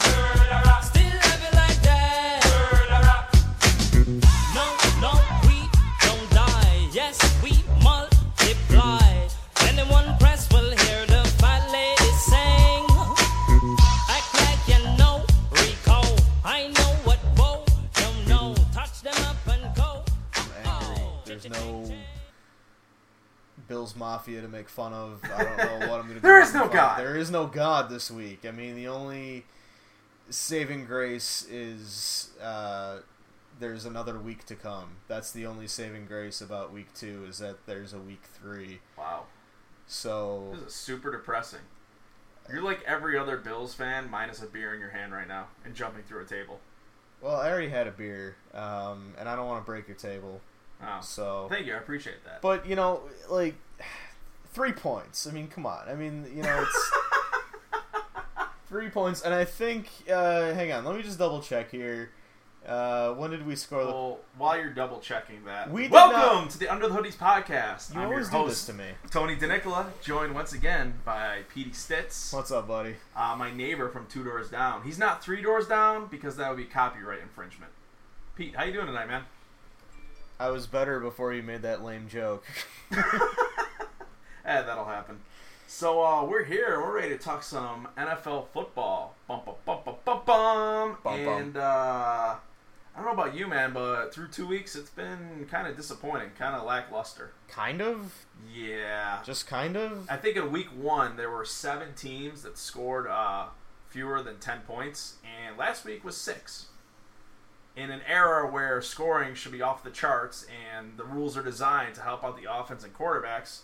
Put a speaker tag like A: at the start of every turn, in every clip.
A: Still living like that. No, no, we don't die. Yes, we multiply. Anyone press will hear the fat lady sing. Act like you know Rico. I know what Bo don't know. Touch them up and go. Oh.
B: There's no Bill's Mafia to make fun of. I don't know what I'm gonna.
C: There
B: do
C: is no
B: Fuck,
C: God.
B: There is no God this week. I mean, the only saving grace is uh, there's another week to come. That's the only saving grace about week two is that there's a week three.
C: Wow.
B: So
C: This is super depressing. You're like every other Bills fan, minus a beer in your hand right now and jumping through a table.
B: well, I already had a beer, um, and I don't want to break your table.
C: Wow.
B: So
C: Thank you. I appreciate that.
B: But you know, like three points. I mean, come on. I mean, you know, it's three points, and I think. Uh, hang on, let me just double check here. Uh, when did we score? the...
C: Well, while you're double checking that,
B: We did
C: welcome
B: not-
C: to the Under the Hoodies podcast.
B: You
C: I'm your
B: always do this
C: host,
B: to me.
C: Tony DeNicola, joined once again by Petey Stitz,
B: What's up, buddy?
C: uh, my neighbor from two doors down. He's not three doors down because that would be copyright infringement. Pete, how you doing tonight, man?
B: I was better before you made that lame joke.
C: Eh, that'll happen. So uh, we're here. We're ready to talk some NFL football. Bum bum bum bum bum bum.
B: Bum, bum.
C: And uh, I don't know about you, man, but through two weeks, it's been kind of disappointing, kind of lackluster.
B: kind of,
C: Yeah.
B: just kind of.
C: I think in week one there were seven teams that scored uh, fewer than ten points, and last week was six. In an era where scoring should be off the charts and the rules are designed to help out the offense and quarterbacks,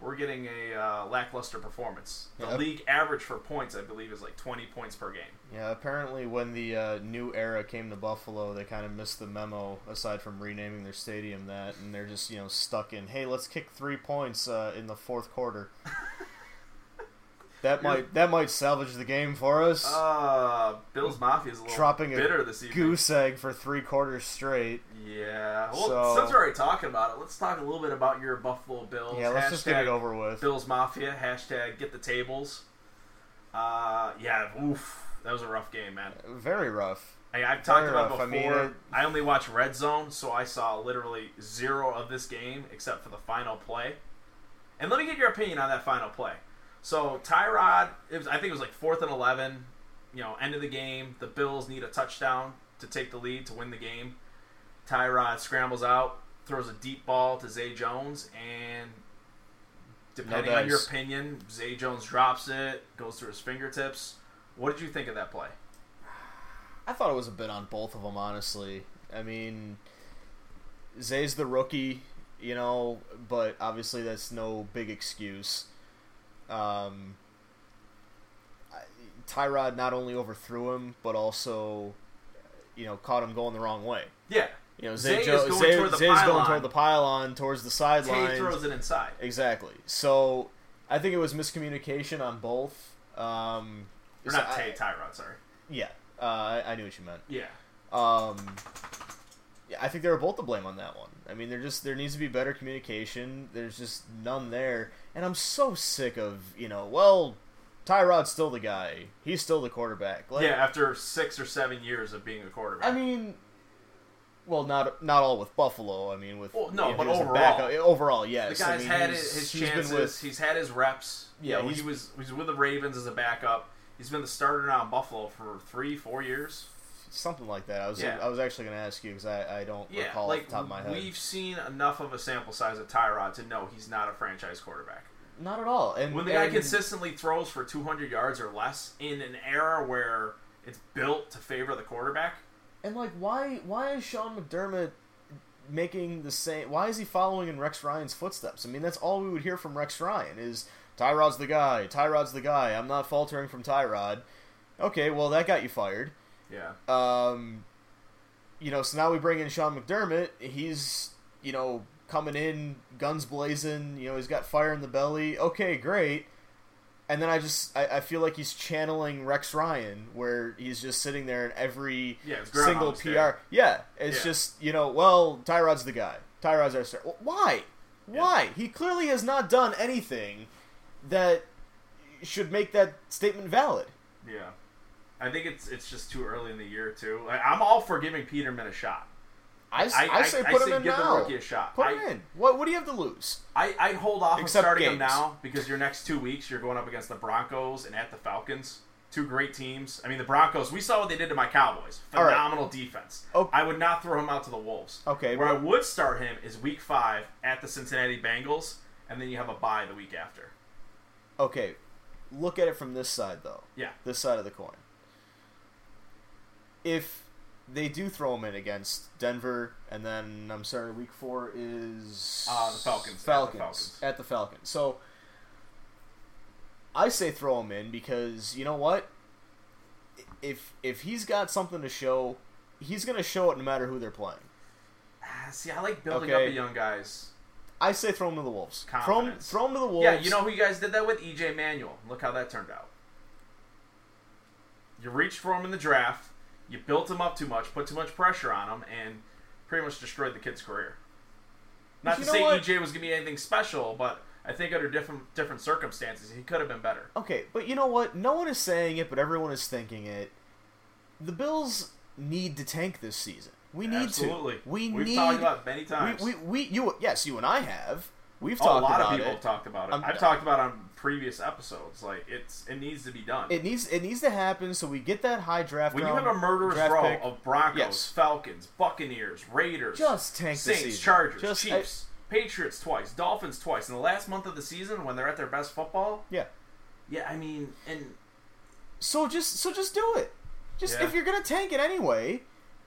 C: we're getting a uh, lackluster performance. The
B: Yep.
C: league average for points, I believe, is like twenty points per game.
B: Yeah, apparently when the uh, new era came to Buffalo, they kind of missed the memo. Aside from renaming their stadium that, and they're just you know stuck in, hey, let's kick three points uh, in the fourth quarter. that might that might salvage the game for us.
C: Uh, Bills Mafia is a little
B: Dropping a
C: bitter this evening.
B: Goose egg for three quarters straight.
C: Yeah. Well,
B: So-
C: since we're already talking about it, let's talk a little bit about your Buffalo Bills.
B: Yeah, let's just get it
C: Hashtag
B: over with.
C: Bills Mafia hashtag get the tables. Uh, yeah, oof, that was a rough game, man.
B: Very rough.
C: Hey, I've talked
B: Fair
C: about
B: enough.
C: before.
B: I
C: I,
B: mean, it-
C: only watch Red Zone, so I saw literally zero of this game except for the final play. And let me get your opinion on that final play. So Tyrod, it was, I think it was like fourth and eleven. You know, end of the game. The Bills need a touchdown to take the lead to win the game. Tyrod scrambles out, throws a deep ball to Zay Jones, and depending on your
B: dice.
C: opinion, Zay Jones drops it, goes through his fingertips. What did you think of that play?
B: I thought it was a bit on both of them, honestly. I mean, Zay's the rookie, you know, but obviously that's no big excuse. Um, I- Tyrod not only overthrew him, but also, you know, caught him going the wrong way.
C: Yeah,
B: You know,
C: Zay
B: Zay,
C: is
B: jo-
C: going
B: Zay,
C: toward the
B: Zay's going
C: pylon.
B: toward the pylon, towards the
C: Tay
B: sideline.
C: throws it inside.
B: Exactly. So I think it was miscommunication on both. Um,
C: Or
B: so
C: not
B: I-
C: Tay, Tyrod, sorry.
B: yeah, uh, I- I knew what you meant.
C: Yeah.
B: Um, yeah, I think they were both to blame on that one. I mean, there just there needs to be better communication. There's just none there, and I'm so sick of you know. Well, Tyrod's still the guy. He's still the quarterback. Like,
C: yeah, after six or seven years of being a quarterback.
B: I mean, well, not not all with Buffalo. I mean, with
C: Well, no,
B: if he
C: but
B: was a
C: overall.
B: backup- overall,
C: the
B: yes.
C: guy's
B: I mean,
C: had
B: he's-
C: his, his
B: he's been
C: chances,
B: with-
C: he's had his reps.
B: Yeah,
C: You know, he
B: he's-
C: was he was with the Ravens as a backup. He's been the starter now in Buffalo for three, four years.
B: something like that. I was
C: Yeah.
B: I was actually going to ask you because I, I don't
C: Yeah,
B: recall off
C: like
B: the top of my head.
C: we've seen enough of a sample size of Tyrod to know he's not a franchise quarterback.
B: Not at all. And
C: When the guy
B: and-
C: consistently throws for 200 yards or less in an era where it's built to favor the quarterback,
B: And like, why why is Sean McDermott making the same? Why is he following in Rex Ryan's footsteps? I mean, that's all we would hear from Rex Ryan is Tyrod's the guy. Tyrod's the guy. I'm not faltering from Tyrod. Okay, well that got you fired.
C: yeah.
B: Um, you know, so now we bring in Sean McDermott. He's you know, coming in, guns blazing, you know, he's got fire in the belly. Okay, great. And then I just I, I feel like he's channeling Rex Ryan, where he's just sitting there in every
C: Yeah, it's
B: single
C: Groundhog's
B: PR.
C: Day.
B: Yeah, it's
C: Yeah.
B: just you know, well, Tyrod's the guy. Tyrod's our star. Well, why? Why? He clearly has not done anything that should make that statement valid.
C: Yeah, I think it's it's just too early in the year too. I, I'm all for giving Peterman a shot.
B: I, s-
C: I-
B: I
C: I-
B: say
C: I
B: put
C: say
B: him in
C: give the
B: now.
C: rookie a shot.
B: Put
C: I-
B: him in. What What do you have to lose?
C: I, I'd hold off on
B: Except
C: starting him
B: games.
C: now because your next two weeks you're going up against the Broncos and at the Falcons. Two great teams. I mean, the Broncos, we saw what they did to my Cowboys.
B: All right.
C: Phenomenal defense.
B: Oh.
C: I would not throw him out to the Wolves.
B: Okay,
C: Where I
B: but-
C: would start him is week five at the Cincinnati Bengals, and then you have a bye the week after.
B: Okay, look at it from this side though.
C: Yeah.
B: This side of the coin. If they do throw him in against Denver, and then I'm sorry, week four is
C: Uh, the Falcons, at the
B: Falcons
C: Falcons.
B: at the Falcons. So I say throw him in because you know what? If if he's got something to show, he's going to show it no matter who they're playing.
C: Ah, See, I like building
B: Okay.
C: up the young guys.
B: I say throw him to the Wolves. Throw him,
C: Confidence.
B: throw him to the Wolves.
C: Yeah, you know who you guys did that with? EJ Manuel. Look how that turned out. You reached for him in the draft, you built him up too much, put too much pressure on him, and pretty much destroyed the kid's career.
B: But
C: Not to
B: you know
C: say
B: what?
C: EJ was going to be anything special, but I think under different different circumstances, he could have been better.
B: Okay, but you know what? No one is saying it, but everyone is thinking it. The Bills need to tank this season. We need
C: Absolutely.
B: to. We
C: We've
B: need.
C: talked about it many times.
B: we, we, we you yes you and I have. We've
C: Oh, a
B: talked about
C: lot of people
B: it.
C: have talked about it.
B: I'm-
C: I've talked about it on previous episodes. Like it's it needs to be done.
B: It needs it needs to happen so we get that high draft.
C: When you
B: round,
C: have a murderous
B: draft
C: row
B: pick.
C: of Broncos,
B: Yes.
C: Falcons, Buccaneers, Raiders,
B: Just tank the
C: Saints,
B: season.
C: Chargers,
B: Just-
C: Chiefs, Patriots twice, Dolphins twice in the last month of the season when they're at their best football.
B: yeah.
C: Yeah, I mean, and
B: So just so just do it. Just
C: Yeah.
B: if you're gonna tank it anyway,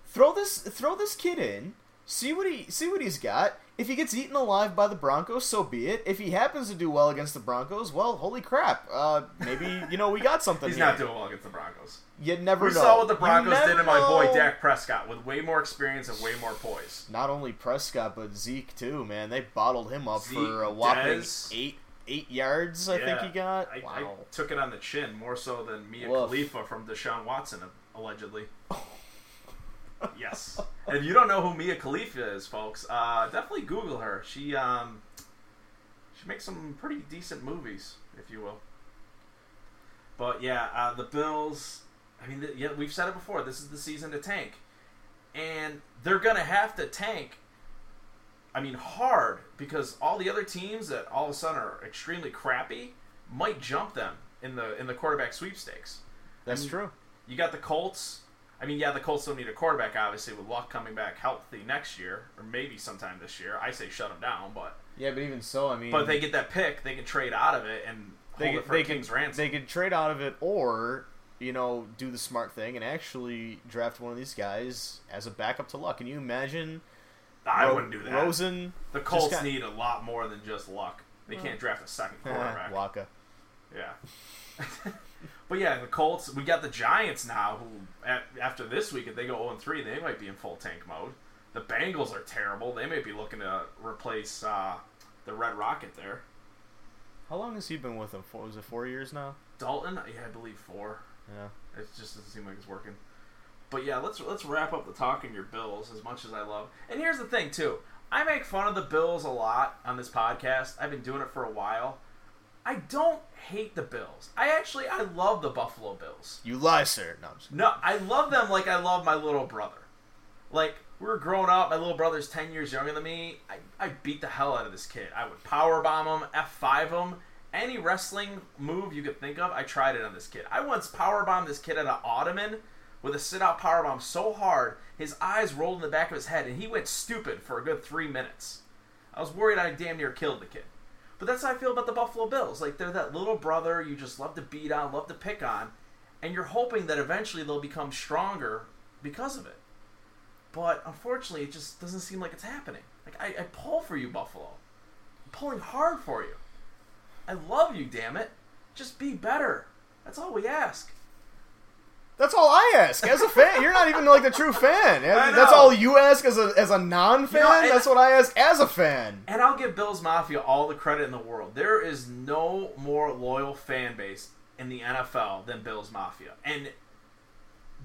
B: throw this throw this kid in. See what he see what he's got. If he gets eaten alive by the Broncos, so be it. If he happens to do well against the Broncos, well, holy crap! Uh, maybe you know we got something.
C: he's
B: here.
C: not doing well against the Broncos.
B: You never
C: We
B: know.
C: saw what the
B: You
C: Broncos did
B: never
C: to my boy
B: know.
C: Dak Prescott with way more experience and way more poise.
B: Not only Prescott but Zeke too, man. They bottled him up
C: Zeke,
B: for a whopping
C: Dez.
B: eight eight yards. I think
C: Yeah,
B: he got.
C: I, I
B: wow.
C: took it on the chin more so than Mia
B: Woof.
C: Khalifa from Deshaun Watson allegedly. yes. If you don't know who Mia Khalifa is, folks, uh, definitely Google her. She um, she makes some pretty decent movies, if you will. But yeah, uh, the Bills. I mean, th- yeah, we've said it before. This is the season to tank, and they're gonna have to tank. I mean, hard because all the other teams that all of a sudden are extremely crappy might jump them in the in the quarterback sweepstakes.
B: That's true.
C: You got the Colts. I mean, yeah, the Colts don't need a quarterback, obviously, with Luck coming back healthy next year, or maybe sometime this year. I say shut them down, but
B: Yeah, but even so, I mean,
C: but they get that pick, they can trade out of it and
B: Mm-hmm. they
C: hold
B: could,
C: it for
B: they,
C: a
B: could,
C: king's ransom.
B: they could trade out of it or you know do the smart thing and actually draft one of these guys as a backup to luck can you imagine
C: I
B: Ro-
C: wouldn't do that.
B: rosen
C: the Colts
B: got-
C: need a lot more than just Luck. They can't draft a second quarterback.
B: waka
C: Yeah. but yeah, the Colts. We got the Giants now. Who a after this week, if they go 0 3, they might be in full tank mode. The Bengals are terrible. They may be looking to replace uh, the Red Rocket there.
B: how long has he been with them for was it four years now
C: Dalton, yeah, I believe four.
B: yeah
C: It just doesn't seem like it's working. But yeah, let's let's wrap up the talk on your Bills as much as I love. And here's the thing too. I make fun of the Bills a lot on this podcast. I've been doing it for a while. I don't hate the Bills. I actually I love the Buffalo Bills.
B: you lie sir no, I'm just-
C: No, I love them like I love my little brother. Like, we were growing up. My little brother's 10 years younger than me. I, I beat the hell out of this kid. I would powerbomb him, F5 him. Any wrestling move you could think of, I tried it on this kid. I once powerbombed this kid at an ottoman with a sit-out powerbomb so hard, his eyes rolled in the back of his head, and he went stupid for a good three minutes. I was worried I damn near killed the kid. But that's how I feel about the Buffalo Bills. Like they're that little brother you just love to beat on, love to pick on, and you're hoping that eventually they'll become stronger because of it. But unfortunately, it just doesn't seem like it's happening. Like I, I pull for you, Buffalo. I'm pulling hard for you. I love you, damn it. Just be better. That's all we ask.
B: That's all I ask as a fan. You're not even like the true fan.
C: I
B: That's
C: know.
B: all you ask as a as a non fan.
C: You know, and-
B: That's what I ask as a fan.
C: And I'll give Bills Mafia all the credit in the world. There is no more loyal fan base in the NFL than Bills Mafia. And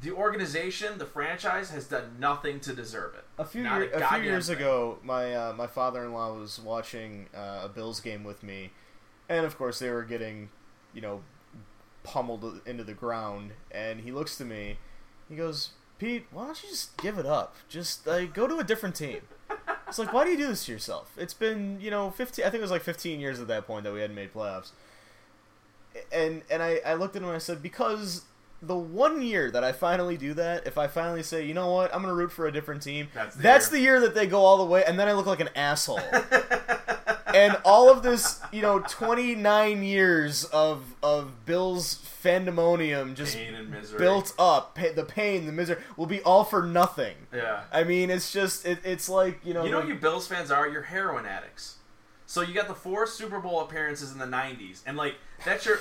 C: the organization, the franchise, has done nothing to deserve it.
B: A few,
C: Not
B: year, a few
C: goddamn
B: years
C: thing.
B: ago, my uh, my father in law was watching uh, a Bills game with me, and of course they were getting, you know, pummeled into the ground. And he looks to me, he goes, "Pete, why don't you just give it up? Just like go to a different team." It's like, why do you do this to yourself? It's been you know fifteen. I think it was like fifteen years at that point that we hadn't made playoffs. And and I I looked at him and I said because. The one year that I finally do that, if I finally say, you know what, I'm gonna root for a different team,
C: That's the
B: that's
C: year.
B: the year that they go all the way, and then I look like an asshole. and all of this, you know, 29 years of of Bill's fandemonium just
C: Pain and misery.
B: built up, pa- the pain, the misery, will be all for nothing.
C: Yeah.
B: I mean, it's just, it, it's like, you know,
C: You know what you Bills fans are? You're heroin addicts. So you got the four Super Bowl appearances in the '90s, and like that's your.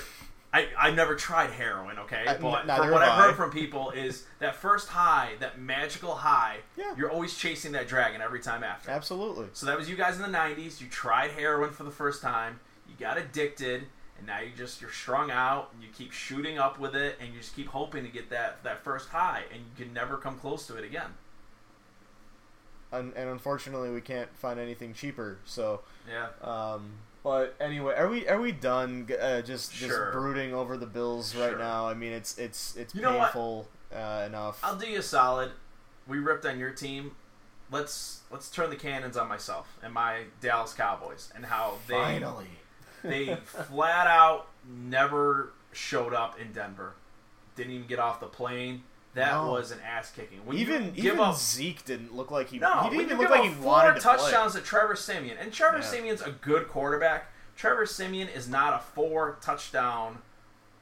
C: I I've never tried heroin, okay,
B: I-
C: but
B: n- neither
C: from what
B: have
C: I've heard
B: I.
C: from people is that first high, that magical high.
B: Yeah.
C: You're always chasing that dragon every time after.
B: absolutely.
C: So that was you guys in the '90s. You tried heroin for the first time. You got addicted, and now you just you're strung out. And you keep shooting up with it, and you just keep hoping to get that that first high, and you can never come close to it again.
B: And, and unfortunately, we can't find anything cheaper, so.
C: Yeah.
B: Um, but anyway, are we are we done? g- Uh, just just
C: Sure.
B: brooding over the Bills
C: Sure.
B: right now. I mean, it's it's it's
C: You know what?
B: painful uh, enough.
C: I'll do you a solid. We ripped on your team. Let's let's turn the cannons on myself and my Dallas Cowboys and how they
B: Finally,
C: they flat out never showed up in Denver. Didn't even get off the plane. That
B: No.
C: was an ass kicking. When you
B: even
C: give
B: even
C: up
B: Zeke didn't look like he.
C: no,
B: he
C: when
B: didn't
C: you
B: even look
C: give
B: like
C: up
B: he
C: four
B: wanted to
C: touchdowns to Trevor Simeon, and Trevor
B: Yeah.
C: Simeon's a good quarterback. Trevor Simeon is not a four touchdown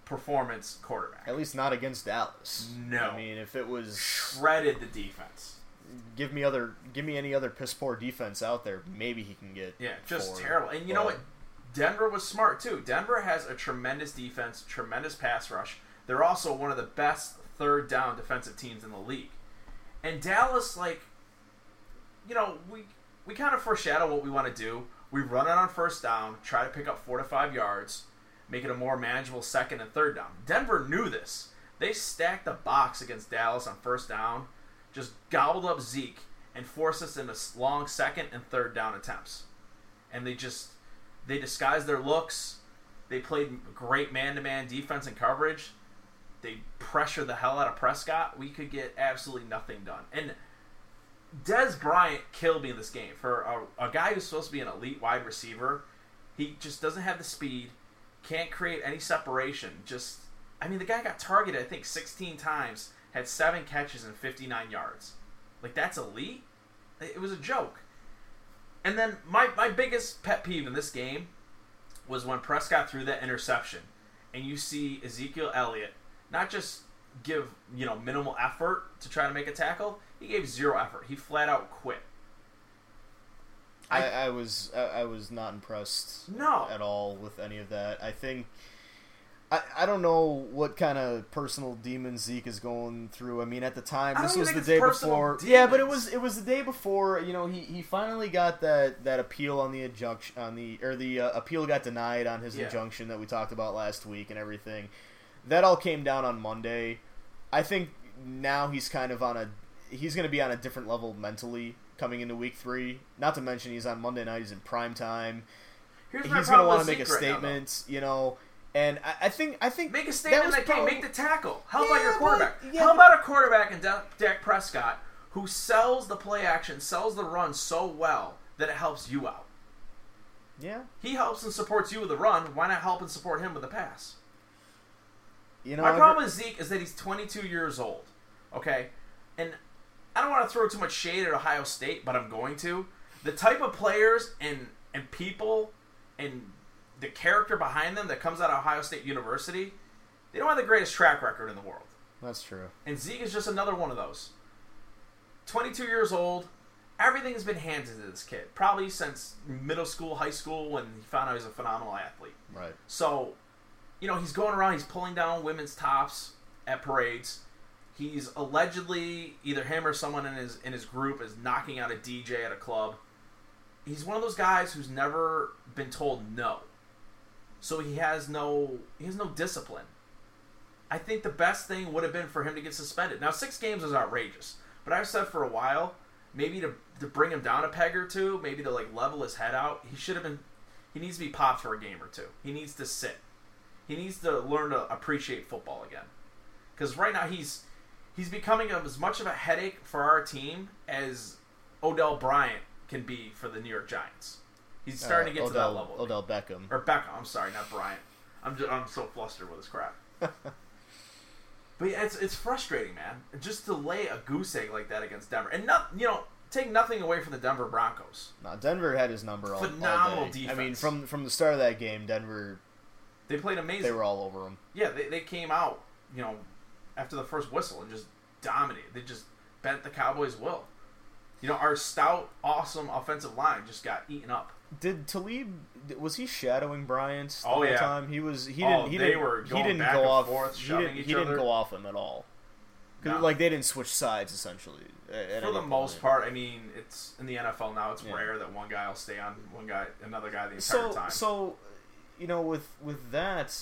C: performance quarterback.
B: play. At least not against Dallas.
C: No.
B: I mean, if it was
C: Shredded the defense.
B: give me other give me any other piss poor defense out there, maybe he can get.
C: Yeah, just
B: four.
C: terrible. And you know
B: But-
C: what? Denver was smart too. Denver has a tremendous defense, tremendous pass rush. They're also one of the best third down defensive teams in the league. And Dallas, like, you know, we we kind of foreshadow what we want to do. We run it on first down, try to pick up four to five yards, make it a more manageable second and third down. Denver knew this. They stacked the box against Dallas on first down, just gobbled up Zeke, and forced us into s- long second and third down attempts and they just they disguised their looks. They played great man-to-man defense and coverage. They pressured the hell out of Prescott. We could get absolutely nothing done. And Des Bryant killed me in this game for a, a guy who's supposed to be an elite wide receiver. He just doesn't have the speed. Can't create any separation. Just, I mean, the guy got targeted. I think 16 times. Had seven catches and 59 yards. Like that's elite. It it was a joke. And then my, my biggest pet peeve in this game was when Prescott threw that interception and you see Ezekiel Elliott not just give, you know, minimal effort to try to make a tackle, he gave zero effort. He flat out quit.
B: I, I was I, I was not impressed
C: No.
B: at all with any of that. I think I, I don't know what kind of personal demon Zeke is going through. I mean, at the time,
C: I
B: this
C: don't
B: was
C: even
B: the
C: think
B: day
C: it's personal
B: before. Yeah, but it
C: demons.
B: was it was the day before. You know, he, he finally got that, that appeal on the injunction on the or the uh, appeal got denied on his
C: Yeah.
B: injunction that we talked about last week and everything. That all came down on Monday. I think now he's kind of on a he's going to be on a different level mentally coming into week three. Not to mention he's on Monday night. He's in prime time.
C: Here's my
B: He's going to
C: problem
B: want to
C: with
B: make a
C: Zeke right now, though.
B: statement, you know. And I, I think I think
C: make a statement in
B: was
C: that game.
B: prob-
C: Make the tackle. How about
B: Yeah,
C: your
B: but-
C: quarterback?
B: yeah,
C: How
B: but-
C: about a quarterback in Da- Dak Prescott who sells the play action, sells the run so well that it helps you out?
B: yeah,
C: He helps and supports you with the run. Why not help and support him with the pass?
B: you know.
C: My
B: every-
C: problem with Zeke is that he's 22 years old. Okay, and I don't want to throw too much shade at Ohio State, but I'm going to. The type of players and and people and the character behind them that comes out of Ohio State University, they don't have the greatest track record in the world.
B: that's true.
C: And Zeke is just another one of those. 22 years old. Everything's been handed to this kid, probably since middle school, high school, when he found out he's a phenomenal athlete.
B: Right.
C: So, you know, he's going around, he's pulling down women's tops at parades. He's allegedly either him or someone in his in his group is knocking out a DJ at a club. He's one of those guys who's never been told no. So he has no he has no discipline. I think the best thing would have been for him to get suspended. Now, six games is outrageous, but I've said for a while, maybe to, to bring him down a peg or two, maybe to like level his head out, he should have been. He needs to be popped for a game or two. He needs to sit. He needs to learn to appreciate football again, because right now he's he's becoming as much of a headache for our team as Odell Bryant can be for the New York Giants. He's starting to get
B: Odell,
C: to that level.
B: Odell Beckham.
C: Or Beckham, I'm sorry, not Bryant. I'm just, I'm so flustered with this crap. but yeah, it's it's frustrating, man. Just to lay a goose egg like that against Denver, and not you know take nothing away from the Denver Broncos.
B: No, Denver had his number all, all
C: Phenomenal
B: day. I mean,
C: defense.
B: from from the start of that game, Denver
C: They played amazing.
B: they were all over him.
C: yeah, they, they came out you know after the first whistle and just dominated. They just bent the Cowboys' will. You know our stout, awesome offensive line just got eaten up.
B: Did Talib was he shadowing Bryant the
C: Oh,
B: whole
C: yeah.
B: time? He was. He
C: Oh,
B: didn't. He
C: they
B: didn't,
C: were
B: he
C: going
B: didn't
C: back
B: go
C: and
B: off.
C: forth,
B: he
C: shoving
B: didn't,
C: each
B: he didn't
C: other.
B: go off him at all. 'Cause,
C: No.
B: Like they didn't switch sides essentially. at- at
C: for the
B: any point.
C: most part, I mean, it's in the NFL now. It's
B: Yeah.
C: rare that one guy will stay on one guy, another guy the entire
B: So
C: time.
B: so, you know, with with that,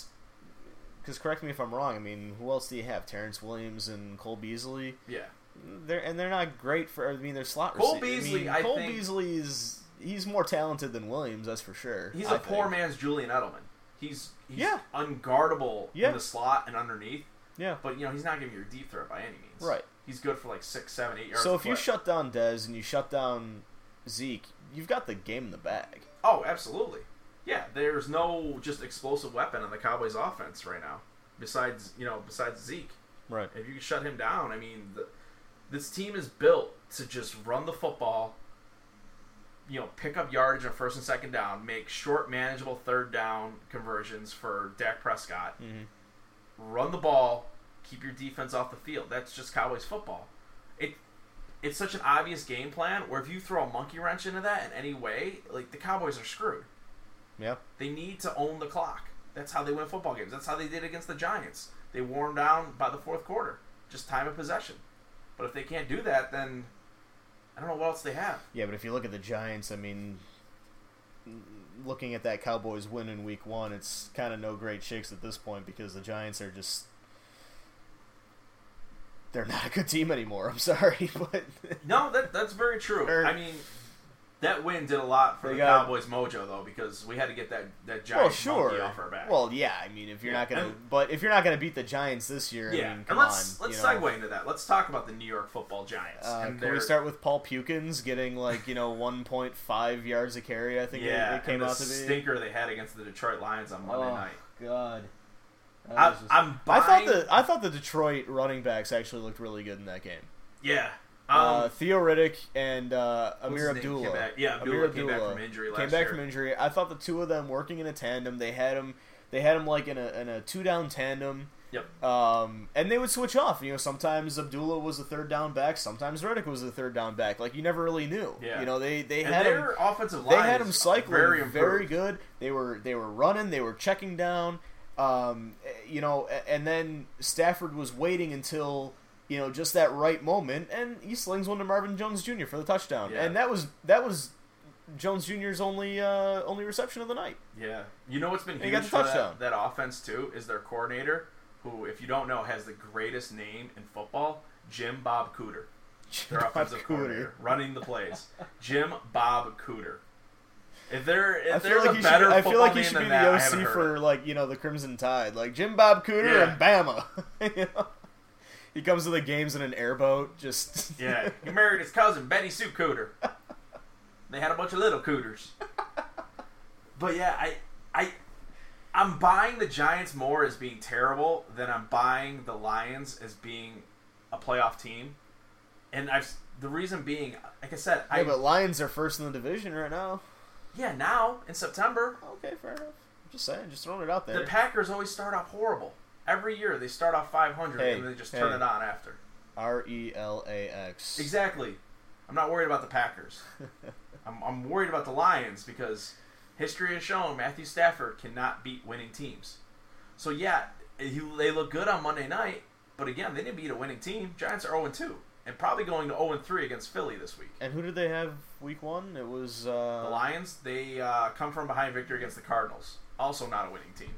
B: because correct me if I'm wrong. I mean, who else do you have? Terrence Williams and Cole Beasley.
C: yeah,
B: They're and they're not great for. I mean, they're slot.
C: Cole
B: recei-
C: Beasley,
B: I, mean,
C: I
B: Cole
C: think-
B: Beasley is he's more talented than Williams. That's for sure.
C: He's
B: a
C: a poor man's Julian Edelman. He's, he's
B: Yeah.
C: unguardable
B: Yeah.
C: in the slot and underneath,
B: Yeah.
C: but you know he's not giving you a deep threat by any means.
B: Right.
C: He's good for like six, seven, eight yards.
B: So
C: a
B: if you
C: foot.
B: shut down Dez and you shut down Zeke, you've got the game in the bag.
C: oh, absolutely, yeah. There's no just explosive weapon on the Cowboys' offense right now. Besides, you know, besides Zeke,
B: Right.
C: if you shut him down, I mean, the, this team is built to just run the football. You know, pick up yardage on first and second down, make short, manageable third down conversions for Dak Prescott.
B: Mhm.
C: run the ball, keep your defense off the field. That's just Cowboys football. It it's such an obvious game plan where if you throw a monkey wrench into that in any way, like the Cowboys are screwed.
B: Yeah.
C: They need to own the clock. That's how they win football games. That's how they did against the Giants. They wore them down by the fourth quarter, just time of possession. But if they can't do that, then I don't know what else they have.
B: Yeah, but if you look at the Giants, I mean, looking at that Cowboys win in Week One, it's kind of no great shakes at this point because the Giants are just. They're not a good team anymore. I'm sorry, but
C: No, that that's very true.
B: Or-
C: I mean, that win did a lot for
B: Er, They
C: the
B: got-
C: Cowboys mojo though because we had to get that that Giants
B: well,
C: monkey
B: sure.
C: off our back.
B: Well, yeah. I mean, if you're
C: Yeah,
B: not gonna,
C: and-
B: but if you're not gonna beat the Giants this year,
C: Yeah,
B: I mean,
C: and
B: come
C: let's
B: on.
C: let's
B: you know.
C: segue into that. Let's talk about the New York Football Giants.
B: Uh,
C: and
B: can we
C: their-
B: start with Paul Pukins getting like you know 1.5 yards a carry? I think it-
C: Yeah,
B: it, came
C: and
B: out
C: the
B: to be. Oh,
C: stinker they had against the Detroit Lions on Monday night.
B: God. That
C: I,
B: was just-
C: I'm
B: I
C: buying.
B: thought the I thought the Detroit running backs actually looked really good in that game.
C: yeah. Um,
B: uh, Theo Riddick and uh,
C: what's his
B: Amir
C: name? Came
B: Abdullah.
C: back- yeah, Abdullah
B: Amir
C: came back
B: Abdullah
C: from injury last
B: Came back
C: year.
B: from injury. I thought the two of them working in a tandem. They had him. They had him like in a in a two down tandem.
C: yep.
B: Um, and they would switch off. You know, sometimes Abdullah was the third down back. Sometimes Riddick was the third down back. Like you never really knew.
C: Yeah.
B: You know, they they
C: And
B: had him.
C: their offensive
B: They
C: line.
B: had
C: is
B: him cycling
C: Very,
B: very,
C: improved.
B: good. They were they were running. They were checking down. Um, eh, you know, a- and then Stafford was waiting until you know just that right moment, and he slings one to Marvin Jones Jr. for the touchdown,
C: Yeah.
B: and that was that was Jones Jr.'s only uh, only reception of the night.
C: Yeah. You know what's been
B: They
C: huge
B: got the
C: for
B: touchdown.
C: that, that offense too is their coordinator, who, if you don't know, has the greatest name in football, Jim Bob Cooter. their offensive
B: Cooter.
C: coordinator, running the plays. Jim Bob Cooter. If there, if
B: I feel
C: there's
B: like
C: a
B: he should.
C: better
B: I
C: football
B: feel like he
C: name
B: should be
C: than
B: the
C: that, I haven't
B: OC
C: heard
B: for
C: it.
B: like you know the Crimson Tide, like Jim Bob Cooter
C: Yeah.
B: and Bama. You know? He comes to the games in an airboat, just
C: Yeah, he married his cousin Betty Sue Cooter. They had a bunch of little cooters. But yeah, I, I, I'm buying the Giants more as being terrible than I'm buying the Lions as being a playoff team. And I've s- the reason being, like I said,
B: Yeah,
C: I
B: but Lions are first in the division right now.
C: yeah now in September
B: Okay, fair enough. I'm just saying, just throwing it out
C: The
B: there.
C: Packers always start off horrible. Every year they start off 500
B: Hey,
C: and then they just turn
B: hey.
C: it on after.
B: R E L A X.
C: Exactly. I'm not worried about the Packers. I'm, I'm worried about the Lions because history has shown Matthew Stafford cannot beat winning teams. So yeah, he, they look good on Monday night, But again, they didn't beat a winning team. Giants are 0 2 and probably going to 0 3 against Philly this week.
B: And who did they have week one? It was
C: The
B: uh,
C: Lions, they uh, come from behind victory against the Cardinals. Also not a winning team.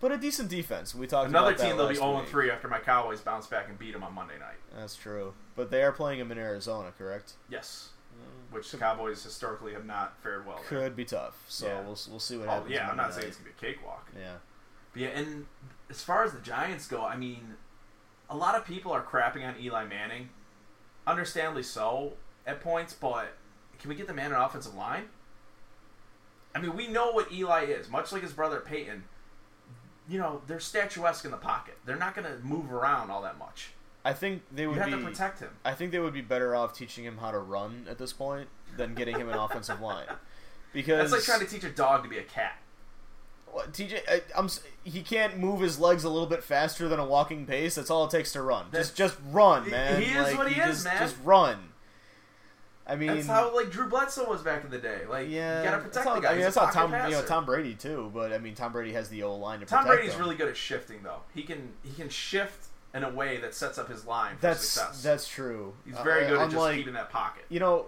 B: but a decent defense. We talked
C: Another
B: about that
C: team they'll be
B: last
C: 0
B: week.
C: 3 after my Cowboys bounce back and beat them on Monday night.
B: That's true. But they are playing them in Arizona, correct?
C: Yes. Which the Cowboys historically have not fared well. there.
B: Mm. Could be tough. So
C: Yeah.
B: we'll we'll see what
C: Oh,
B: happens.
C: yeah, I'm
B: Monday
C: not saying
B: night.
C: it's going to be a cakewalk.
B: Yeah.
C: But yeah, and as far as the Giants go, I mean, a lot of people are crapping on Eli Manning, understandably so at points. But can we get the man an offensive line? I mean, we know what Eli is, much like his brother Peyton. You know, they're statuesque in the pocket. They're not going to move around all that much.
B: I think they
C: You
B: would
C: have
B: be.
C: to protect him.
B: I think they would be better off teaching him how to run at this point than getting him an offensive line. Because
C: That's like trying to teach a dog to be a cat.
B: What, TJ, I, I'm s- he can't move his legs a little bit faster than a walking pace. That's all it takes to run. just just run,
C: He-
B: man.
C: he is
B: Like,
C: what he
B: you
C: is,
B: just,
C: man.
B: Just run. I mean,
C: That's how like Drew Bledsoe was back in the day. Like,
B: yeah,
C: you got to
B: that's
C: protect
B: how,
C: the guy.
B: I mean,
C: He's a
B: that's how
C: pocket
B: Tom, you know,
C: passer.
B: Tom Brady too. But I mean, Tom Brady has the O line to
C: Tom
B: protect
C: Brady's
B: him.
C: really good at shifting, though. He can he can shift in a way that sets up his line for
B: that's
C: success.
B: that's true.
C: He's
B: Uh,
C: very good at just
B: unlike-
C: keeping that pocket.
B: you know,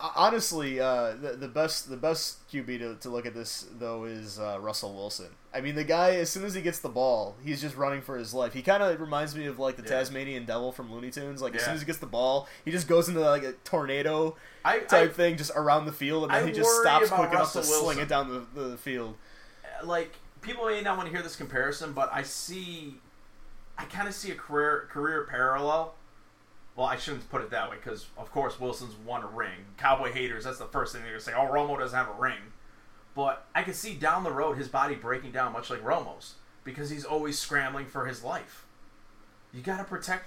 B: uh, honestly, uh, the the best the best QB to, to look at this though is uh, Russell Wilson. I mean, the guy as soon as he gets the ball, he's just running for his life. He kind of reminds me of like the
C: Yeah.
B: Tasmanian Devil from Looney Tunes. Like as
C: Yeah.
B: soon as he gets the ball, he just goes into like a tornado
C: I,
B: type thing, just around the field, and then
C: I
B: he just
C: worry
B: stops
C: about
B: quick enough to
C: Russell Wilson.
B: sling it down the, the field.
C: I like people may not want to hear this comparison, but I see, I kind of see a career career parallel. Well, I shouldn't put it that way because, of course, Wilson's won a ring. Cowboy haters, that's the first thing they're gonna say. Oh, Romo doesn't have a ring, but I can see down the road his body breaking down, much like Romo's, because he's always scrambling for his life. You gotta protect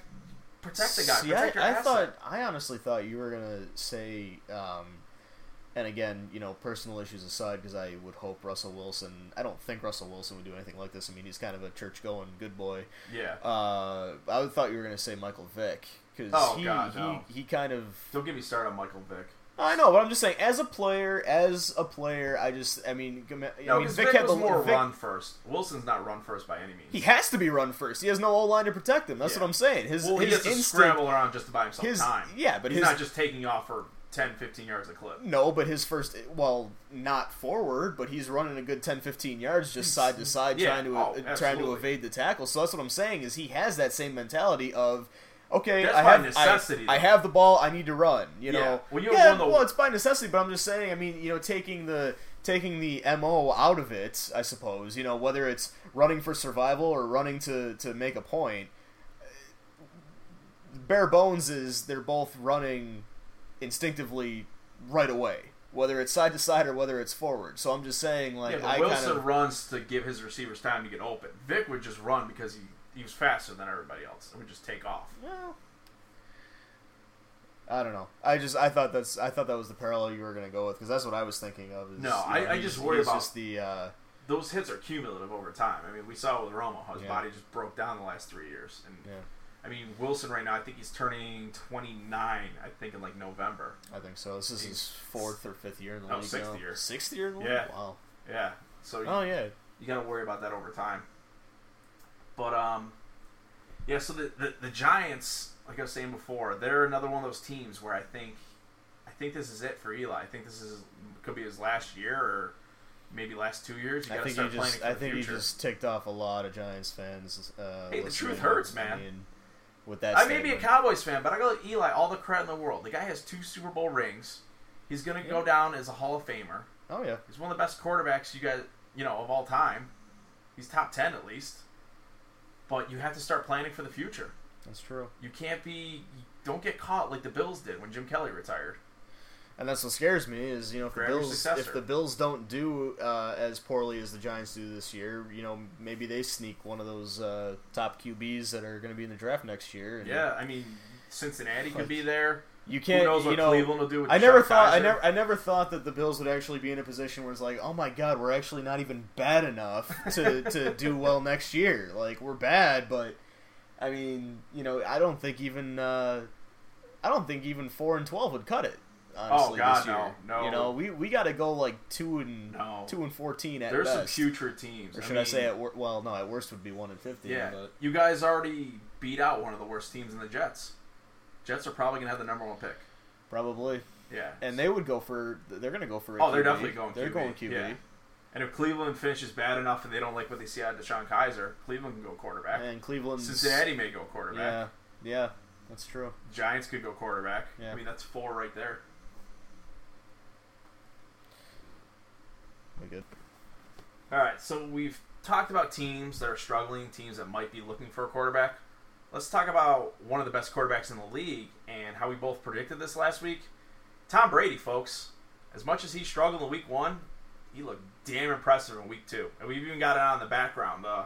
C: protect the guy.
B: See,
C: protect
B: I,
C: your
B: I
C: asset.
B: thought I honestly thought you were gonna say, um, and again, you know, personal issues aside, because I would hope Russell Wilson. I don't think Russell Wilson would do anything like this. I mean, he's kind of a church going good boy.
C: yeah.
B: Uh, I would- thought you were gonna say Michael Vick because
C: Oh,
B: he,
C: God,
B: he
C: no.
B: he kind of.
C: Don't get me started on Michael Vick.
B: I know, but I'm just saying, as a player, as a player, I just, I mean, com-
C: No,
B: I mean,
C: because Vick,
B: had
C: was
B: the
C: more
B: Vick-
C: run first. Wilson's not run first by any means.
B: He has to be run first. He has no O line to protect him. That's
C: Yeah.
B: what I'm saying. His
C: well, he
B: his
C: has to
B: instinct
C: scramble around just to buy himself
B: his-
C: time.
B: yeah, but
C: he's
B: his-
C: not just taking off for 10, 15 yards a clip.
B: No, but his first, well, not forward, but he's running a good 10, 15 yards just side to side,
C: Yeah,
B: trying to
C: oh,
B: trying to
C: absolutely.
B: evade the tackle. So that's what I'm saying is he has that same mentality of, okay,
C: That's
B: I
C: by
B: have
C: necessity,
B: I, I
C: though.
B: have the ball, I need to run. You
C: Yeah.
B: know,
C: Well, you have
B: yeah,
C: one of the-
B: well, it's by necessity, but I'm just saying. I mean, you know, taking the taking the mo out of it, I suppose. You know, whether it's running for survival or running to to make a point. Bare bones is they're both running instinctively right away, whether it's side to side or whether it's forward. So I'm just saying, like,
C: yeah, but
B: I
C: Wilson
B: kind of
C: runs to give his receivers time to get open. Vick would just run because he, he was faster than everybody else and would just take off.
B: Well, I don't know. I just I thought that's I thought that was the parallel you were gonna go with because that's what I was thinking of. Is,
C: No,
B: you
C: I- I
B: he's-
C: just worry
B: he's
C: about-
B: just the uh,
C: Those hits are cumulative over time. I mean, we saw with Romo how his
B: Yeah.
C: body just broke down the last three years. And
B: yeah.
C: I mean, Wilson right now, I think he's turning 29, I think, in like November.
B: I think so. This is his
C: He's-
B: fourth or fifth year in the
C: No,
B: league.
C: sixth
B: now.
C: year.
B: Sixth year. In the
C: Yeah.
B: League? Wow.
C: Yeah. So
B: Oh yeah.
C: you got to worry about that over time. But um, yeah. So the, the the Giants, like I was saying before, they're another one of those teams where I think, I think this is it for Eli. I think this is could be his last year or maybe last two years. You
B: I
C: got to
B: think he
C: start planning
B: just
C: for
B: I
C: the
B: think he
C: future.
B: just ticked off a lot of Giants fans. Uh,
C: Hey, the
B: listening
C: truth hurts, man.
B: and- With that,
C: I may be a
B: statement.
C: Cowboys fan, but I go with Eli all the credit in the world. The guy has two Super Bowl rings. He's gonna go down as a Hall of Famer.
B: Oh yeah.
C: He's one of the best quarterbacks you guys, you know, of all time. He's top ten at least. But you have to start planning for the future.
B: That's true.
C: You can't be. you Don't get caught like the Bills did when Jim Kelly retired.
B: And that's what scares me is you know if the
C: Grab your
B: Bills
C: successor.
B: if the Bills don't do uh, as poorly as the Giants do this year, you know maybe they sneak one of those uh, top QBs that are going to be in the draft next year. And
C: Yeah, I mean, Cincinnati could be there.
B: you can't.
C: Who knows what
B: you know,
C: Cleveland will do with
B: I never
C: Deshaun
B: thought I
C: Kaiser.
B: never I never thought that the Bills would actually be in a position where it's like, oh my God, we're actually not even bad enough to to do well next year. Like we're bad, but I mean, you know, I don't think even uh, I don't think even four and twelve would cut it. honestly
C: Oh, God,
B: this year.
C: no, no.
B: You know, we, we got to go like two and
C: No.
B: two and fourteen at
C: There's some
B: best.
C: putrid teams.
B: or should I,
C: mean,
B: say at wor- well, no, at worst would be one and fifteen.
C: Yeah,
B: but
C: you guys already beat out one of the worst teams in the Jets. Jets are probably gonna have the number one pick.
B: probably.
C: Yeah,
B: And they would go for they're going to go for. A
C: oh, they're
B: QB.
C: definitely going.
B: They're
C: QB.
B: going QB.
C: Yeah. And if Cleveland finishes bad enough and they don't like what they see out of Deshaun Kaiser, Cleveland can go quarterback.
B: And Cleveland's
C: Cincinnati may go quarterback.
B: Yeah, yeah, that's true.
C: Giants could go quarterback.
B: Yeah.
C: I mean, that's four right there.
B: We good.
C: All right, so we've talked about teams that are struggling, teams that might be looking for a quarterback. Let's talk about one of the best quarterbacks in the league and how we both predicted this last week. Tom Brady, folks. As much as he struggled in week one, he looked damn impressive in week two. And we've even got it on the background, the,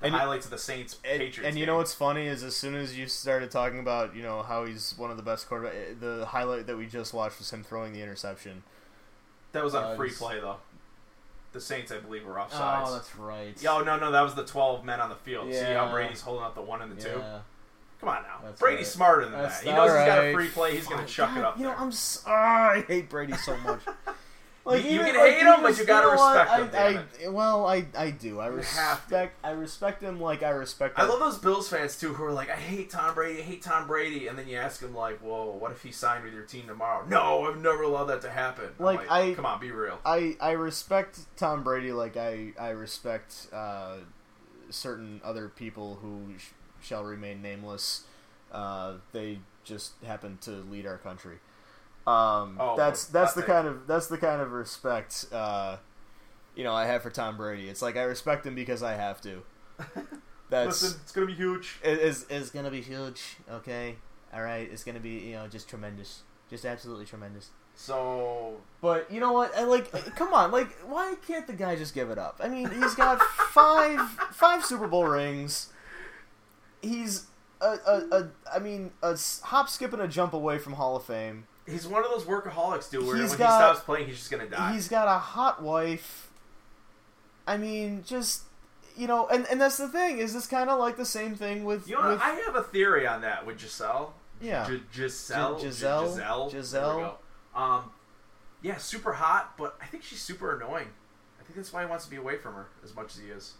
C: the
B: And-
C: highlights of the Saints
B: And,
C: Patriots.
B: and you know what's funny is as soon as you started talking about you know how he's one of the best quarterback, eh, the highlight that we just watched was him throwing the interception.
C: That was on a
B: Uh,
C: free
B: just-
C: play, though. The Saints, I believe,
B: Oh,
C: were offsides.
B: right.
C: Yeah, Oh, no, no, that was the 12 men on the field. See how
B: Yeah.
C: Brady's holding up the one and the two? Come on now.
B: That's
C: Brady's
B: right.
C: smarter than
B: That's
C: that. He knows
B: not
C: he's got a
B: right.
C: free play. He's going to chuck it up
B: You know,
C: there.
B: I'm sorry. I hate Brady so much.
C: You- you can hate him, but
B: just-
C: you
B: know
C: gotta
B: what?
C: respect
B: I,
C: him,
B: I, well, I, I do. I
C: have to.
B: respect. I respect him like I respect.
C: I love those Bills fans, too, who are like, I hate Tom Brady. I hate Tom Brady. And then you ask him, like, whoa, what if he signed with your team tomorrow? No, I've never allowed that to happen. I'm
B: Like, I-
C: Come on, be real.
B: I, I respect Tom Brady like I I respect uh, certain other people who sh- shall remain nameless. Uh, they just happen to lead our country. Um,
C: Oh,
B: that's
C: well,
B: that's
C: I
B: the
C: think-
B: kind of that's the kind of respect uh, you know I have for Tom Brady. It's like I respect him because I have to. That's
C: Listen, it's going to be huge.
B: it is is gonna be huge. Okay, all right, it's gonna be you know just tremendous, just absolutely tremendous.
C: So,
B: But you know what? I like. Come on, like, why can't the guy just give it up? I mean, he's got five five Super Bowl rings. He's a, a, a I mean, a s- hop, skip, and a jump away from Hall of Fame.
C: he's one of those workaholics, dude, where
B: He's
C: when
B: got-
C: he stops playing, he's just going to die.
B: He's got a hot wife. I mean, just you know, and and that's the thing is this kind of like the same thing with
C: You know,
B: with
C: I have a theory on that with Giselle.
B: yeah.
C: Gi- Giselle,
B: Gi-
C: Gi-
B: Giselle?
C: Giselle,
B: Giselle?
C: There we go. Um, yeah, super hot, but I think she's super annoying. I think that's why he wants to be away from her as much as he is.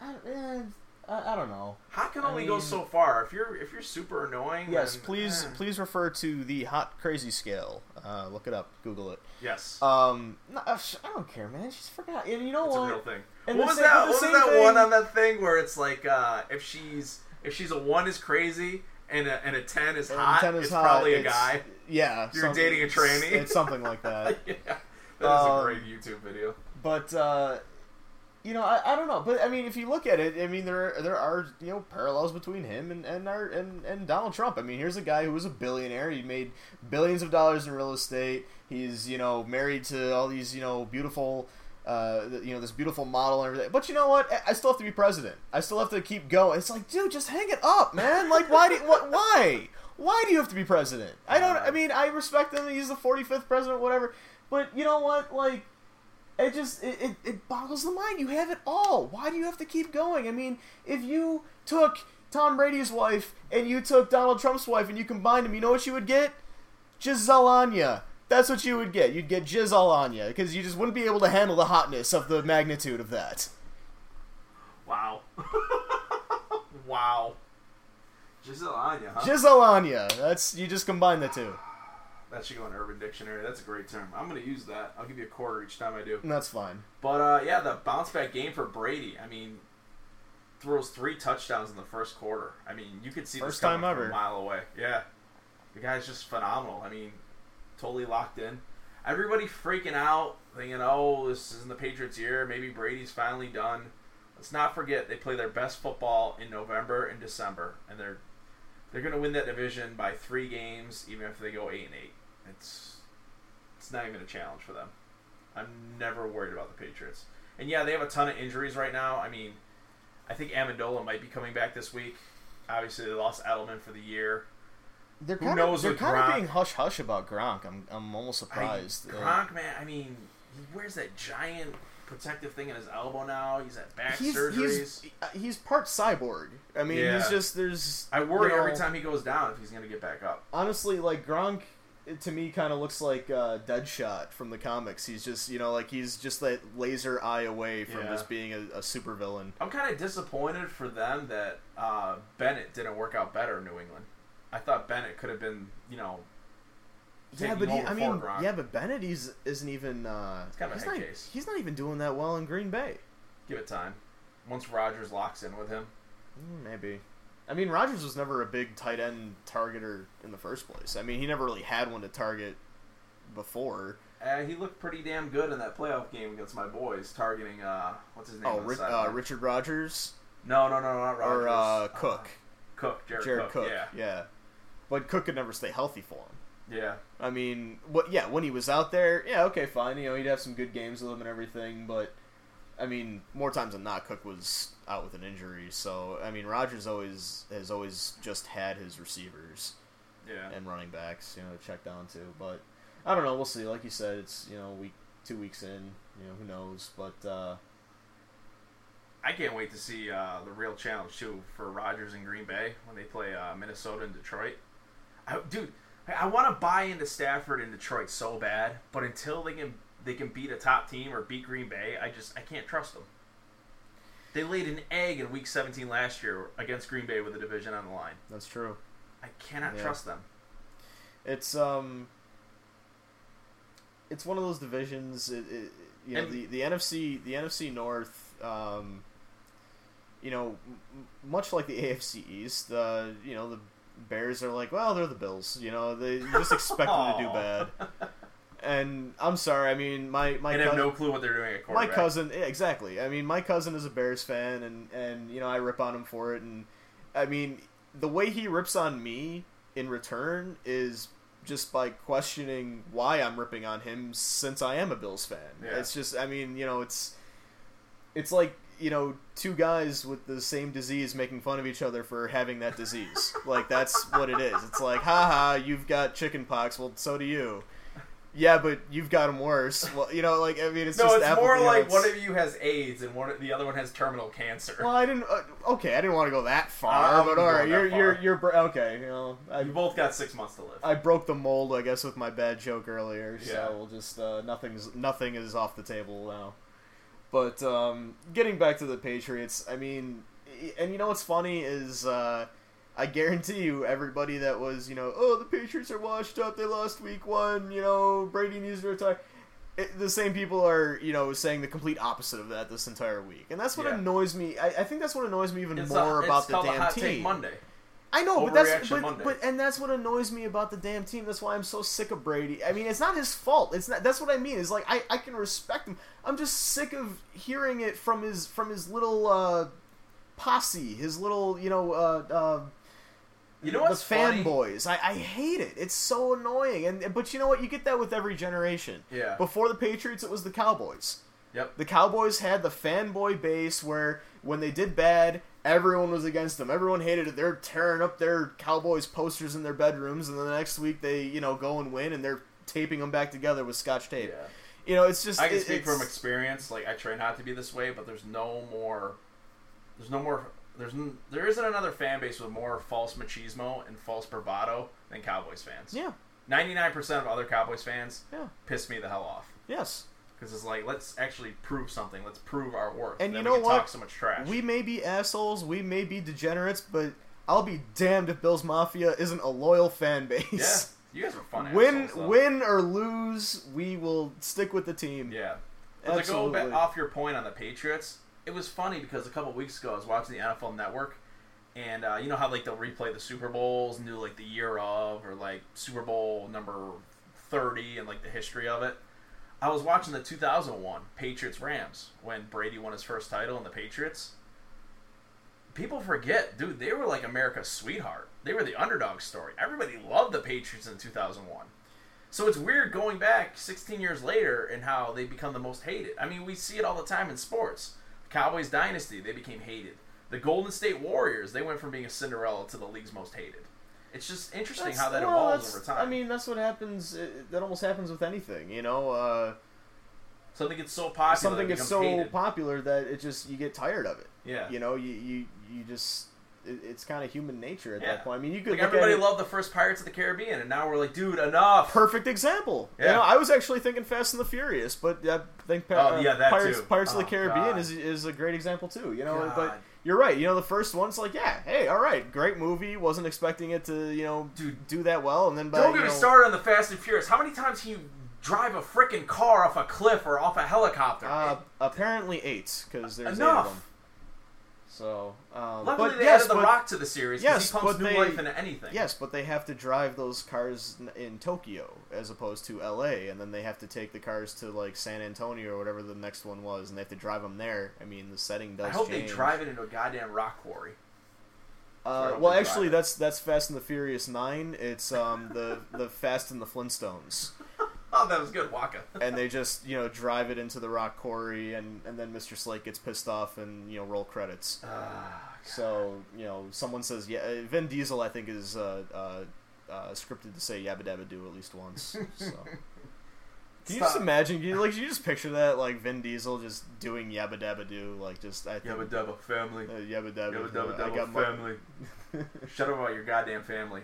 B: I, eh, I, I don't know.
C: Hot can
B: I
C: only go
B: mean-
C: so far. If you're if you're super annoying,
B: Yes,
C: then,
B: please
C: eh.
B: please refer to the hot crazy scale. Uh, look it up, Google it.
C: Yes,
B: Um, no, I don't care, man. She's forgot. And you know
C: it's a
B: what?
C: real thing.
B: and
C: what
B: the
C: was
B: same-
C: that?
B: and the
C: What was
B: same
C: that one
B: thing-
C: on that thing where it's like uh, if she's if she's a one is crazy and a and a ten is
B: And
C: hot,
B: Tennis
C: it's
B: hot,
C: probably a
B: it's-
C: guy.
B: Yeah,
C: You're dating a tranny.
B: It's, it's something like
C: yeah,
B: that.
C: that is
B: Um,
C: a great YouTube video.
B: But uh, you know, I, I don't know. But I mean, if you look at it, I mean, there there are you know parallels between him and and our and, and Donald Trump. I mean, here's a guy who was a billionaire. He made billions of dollars in real estate. He's you know married to all these you know beautiful. Uh, th- you know this beautiful model and everything, but you know what? I- I still have to be president. I still have to keep going. It's like, dude, just hang it up, man. Like, why? Do, what? Why? Why do you have to be president? I don't. I mean, I respect him. He's the forty fifth president, whatever. But you know what? Like, it just it, it, it boggles the mind. You have it all. Why do you have to keep going? I mean, if you took Tom Brady's wife and you took Donald Trump's wife and you combined them, you know what you would get? Giselle on ya. That's what you would get. You'd get Giselle on ya because you just wouldn't be able to handle the hotness of the magnitude of that.
C: Wow. wow. Giselle Anya, huh?
B: Giselle on ya. That's you just combine the two.
C: that should go in Urban Dictionary. That's a great term. I'm going to use that. I'll give you a quarter each time I do.
B: And that's fine.
C: But uh, yeah, the bounce back game for Brady. I mean, throws three touchdowns in the first quarter. I mean, you could see
B: First
C: this coming
B: time
C: from
B: ever.
C: a mile away. Yeah, the guy's just phenomenal. I mean, totally locked in. Everybody freaking out, thinking, "Oh, this isn't the Patriots' year. Maybe Brady's finally done." Let's not forget they play their best football in November and December, and they're they're going to win that division by three games, even if they go eight and eight. It's it's not even a challenge for them. I'm never worried about the Patriots. And yeah, they have a ton of injuries right now. I mean, I think Amendola might be coming back this week. Obviously, they lost Edelman for the year.
B: They're
C: Who
B: kind
C: knows
B: of they're
C: with
B: kind
C: Gronk?
B: of being hush hush about Gronk. I'm I'm almost
C: I,
B: surprised. Uh,
C: Gronk, man, I mean, he wears that giant protective thing in his elbow now. He's at back surgeries.
B: he's uh, he's part cyborg. I mean,
C: Yeah.
B: he's just there's.
C: I worry
B: you know,
C: every time he goes down if he's going to get back up.
B: Honestly, like Gronk it, to me kind of looks like uh, Deadshot from the comics. He's just you know like he's just that laser eye away from
C: Yeah.
B: just being a, a supervillain.
C: I'm kind of disappointed for them that uh, Bennett didn't work out better in New England. I thought Bennett could have been, you know,
B: Yeah,
C: taking
B: but he,
C: over
B: I
C: for
B: mean,
C: Gronk.
B: yeah, but Bennett he's, isn't even. Uh,
C: kind of a
B: he's
C: head
B: not,
C: case.
B: He's not even doing that well in Green Bay.
C: give it time. Once Rogers locks in with him,
B: Mm, Maybe. I mean, Rogers was never a big tight end targeter in the first place. I mean, he never really had one to target before.
C: uh, he looked pretty damn good in that playoff game against my boys, targeting uh, what's his name?
B: Oh,
C: on the
B: Ri- uh,
C: sideline?
B: Richard Rogers
C: No, no, no, no, not Rogers.
B: or uh, Cook,
C: Cook, Jared,
B: Jared
C: Cook,
B: Cook.
C: Yeah,
B: but Cook could never stay healthy for him.
C: yeah.
B: I mean, what? Yeah, when he was out there, yeah, okay, fine. You know, he'd have some good games with him and everything, but I mean, more times than not, Cook was out with an injury. So I mean, Rogers always has always just had his receivers
C: Yeah.
B: and running backs, you know, to check down to. But I don't know. We'll see. Like you said, it's you know week two weeks in. You know, who knows? But uh,
C: I can't wait to see uh, the real challenge too for Rogers and Green Bay when they play uh, Minnesota and Detroit. I, dude, I, I want to buy into Stafford and Detroit so bad, but until they can they can beat a top team or beat Green Bay, I just I can't trust them. They laid an egg in Week 17 last year against Green Bay with the division on the line.
B: that's true.
C: I cannot
B: Yeah.
C: trust them.
B: It's um, it's one of those divisions. It, it, you know,
C: And-
B: the, the NFC the NFC North. Um, you know, m- m- much like the AFC East, uh, you know the Bears are like, well, they're the Bills. You know, they you just expect them to do
C: Aw.
B: bad. And I'm sorry. I mean, my my
C: and have
B: cousin-
C: no clue what they're doing at
B: my
C: quarterback.
B: cousin yeah, exactly i mean my cousin is a bears fan and and you know i rip on him for it and i mean the way he rips on me in return is just by questioning why i'm ripping on him since i am a bills fan
C: Yeah.
B: it's just i mean you know it's it's like you know two guys with the same disease making fun of each other for having that disease like that's what it is it's like haha you've got chicken pox well so do you yeah but you've got them worse well you know like i mean it's
C: no,
B: just
C: it's
B: apple-
C: more
B: you know,
C: like
B: it's-
C: one of you has AIDS and one the other one has terminal cancer.
B: well, I didn't. Uh, okay, I didn't want to go that far,
C: I'm
B: but
C: going
B: all right,
C: that
B: you're
C: far.
B: you're you're br- okay. You know, I
C: you both got six months to live.
B: I broke the mold, I guess, with my bad joke earlier.
C: Yeah.
B: So we'll just uh, nothing's nothing is off the table now. But um, getting back to the Patriots, I mean, y- and you know what's funny is uh, I guarantee you, everybody that was you know, oh, the Patriots are washed up. They lost Week One. You know, Brady needs to retire. It, the same people are, you know, saying the complete opposite of that this entire week, and that's what
C: Yeah.
B: annoys me. I, I think that's what annoys me even
C: It's
B: more
C: a-
B: about
C: it's
B: the
C: called
B: damn
C: a hot
B: team.
C: take Monday.
B: I know, but that's
C: Overreaction
B: but,
C: Monday.
B: but and that's what annoys me about the damn team. That's why I'm so sick of Brady. I mean, it's not his fault. It's not. That's what I mean. Is like I, I can respect him. I'm just sick of hearing it from his from his little uh, posse, his little you know uh, uh,
C: You know
B: the
C: what's funny?
B: fanboys. I, I hate it. It's so annoying. And and- but you know what? You get that with every generation.
C: Yeah.
B: Before the Patriots, it was the Cowboys.
C: Yep.
B: The Cowboys had the fanboy base where when they did bad, everyone was against them. Everyone hated it. They're tearing up their Cowboys posters in their bedrooms, and then the next week they, you know, go and win, and they're taping them back together with scotch tape.
C: Yeah.
B: You know, it's just
C: I can
B: it-
C: speak
B: it's-
C: from experience. Like I try not to be this way, but there's no more. There's no more. There's n- there isn't another fan base with more false machismo and false bravado than Cowboys fans.
B: Yeah.
C: Ninety nine percent of other Cowboys fans
B: Yeah.
C: piss me the hell off
B: Yes.
C: because it's like let's actually prove something. Let's prove our worth.
B: And
C: then
B: you know
C: we can
B: what?
C: Talk so much trash.
B: We may be assholes. We may be degenerates, but I'll be damned if Bills Mafia isn't a loyal fan
C: yeah.
B: base.
C: You guys were fun.
B: win,
C: assholes, though.
B: win or lose, we will stick with the team.
C: Yeah. But to go
B: Absolutely.
C: ba- off your point on the Patriots, it was funny because a couple weeks ago I was watching the NFL Network, and uh, you know how like they'll replay the Super Bowls and do like the year of or like Super Bowl number thirty and like the history of it. I was watching the 2001 Patriots Rams when Brady won his first title in the Patriots. People forget, dude, they were like America's sweetheart. They were the underdog story. Everybody loved the Patriots in 2001. So it's weird going back 16 years later and how they become the most hated. I mean, we see it all the time in sports. Cowboys dynasty, they became hated. The Golden State Warriors, they went from being a Cinderella to the league's most hated. It's just interesting
B: That's-
C: how that
B: well,
C: evolves
B: that's-
C: over time.
B: I mean, that's what happens. It, that almost happens with anything, you know. Uh,
C: something gets so popular,
B: something
C: it
B: gets
C: becomes
B: so
C: hated.
B: popular that it just you get tired of it.
C: yeah,
B: You know, you you you just it, it's kind of human nature at
C: Yeah.
B: that point. I mean, you could
C: Like
B: look
C: everybody
B: at it-
C: loved the first Pirates of the Caribbean, and now we're like, dude, enough.
B: perfect example. You
C: Yeah.
B: know, I was actually thinking Fast and the Furious, but I think
C: Oh,
B: Pa- uh,
C: yeah, that
B: Pirates,
C: too.
B: Pirates of the
C: Oh,
B: Caribbean
C: God.
B: is, is a great example too. You know, but
C: God.
B: you're right. You know, the first one's like, yeah, hey, all right, great movie. Wasn't expecting it to, you know,
C: Dude.
B: do that well, and then by
C: Don't
B: you
C: get me
B: know-
C: started on the Fast and Furious. How many times can you drive a freaking car off a cliff or off a helicopter?
B: Uh, apparently eight because there's eight of
C: Enough.
B: them. So, um,
C: Luckily,
B: but
C: they
B: yes,
C: added the
B: but,
C: Rock to the series because
B: yes,
C: he pumps
B: but
C: new
B: they-
C: life into anything.
B: yes, but they have to drive those cars n- in Tokyo as opposed to L.A. and then they have to take the cars to like San Antonio or whatever the next one was, and they have to drive them there. I mean, the setting does.
C: I hope
B: change.
C: they drive it into a goddamn rock quarry.
B: Uh,
C: hope
B: well,
C: they
B: actually,
C: drive it.
B: that's that's Fast and the Furious Nine. It's um the the Fast and the Flintstones.
C: Oh, that was good, Waka.
B: and they just you know drive it into the rock quarry and and then mr slate gets pissed off and you know roll credits
C: Ah,
B: so you know someone says yeah uh, vin diesel i think is uh, uh, uh, scripted to say yabba dabba do at least once so Can you just
C: Stop.
B: imagine? Can you, like, can you just picture that, like Vin Diesel just doing yabba dabba do, like just I think
C: Yabba Dabba family.
B: uh, yabba dabba.
C: Yabba
B: uh,
C: Dabba
B: I got
C: Dabba
B: my-
C: family. Shut up about your goddamn family.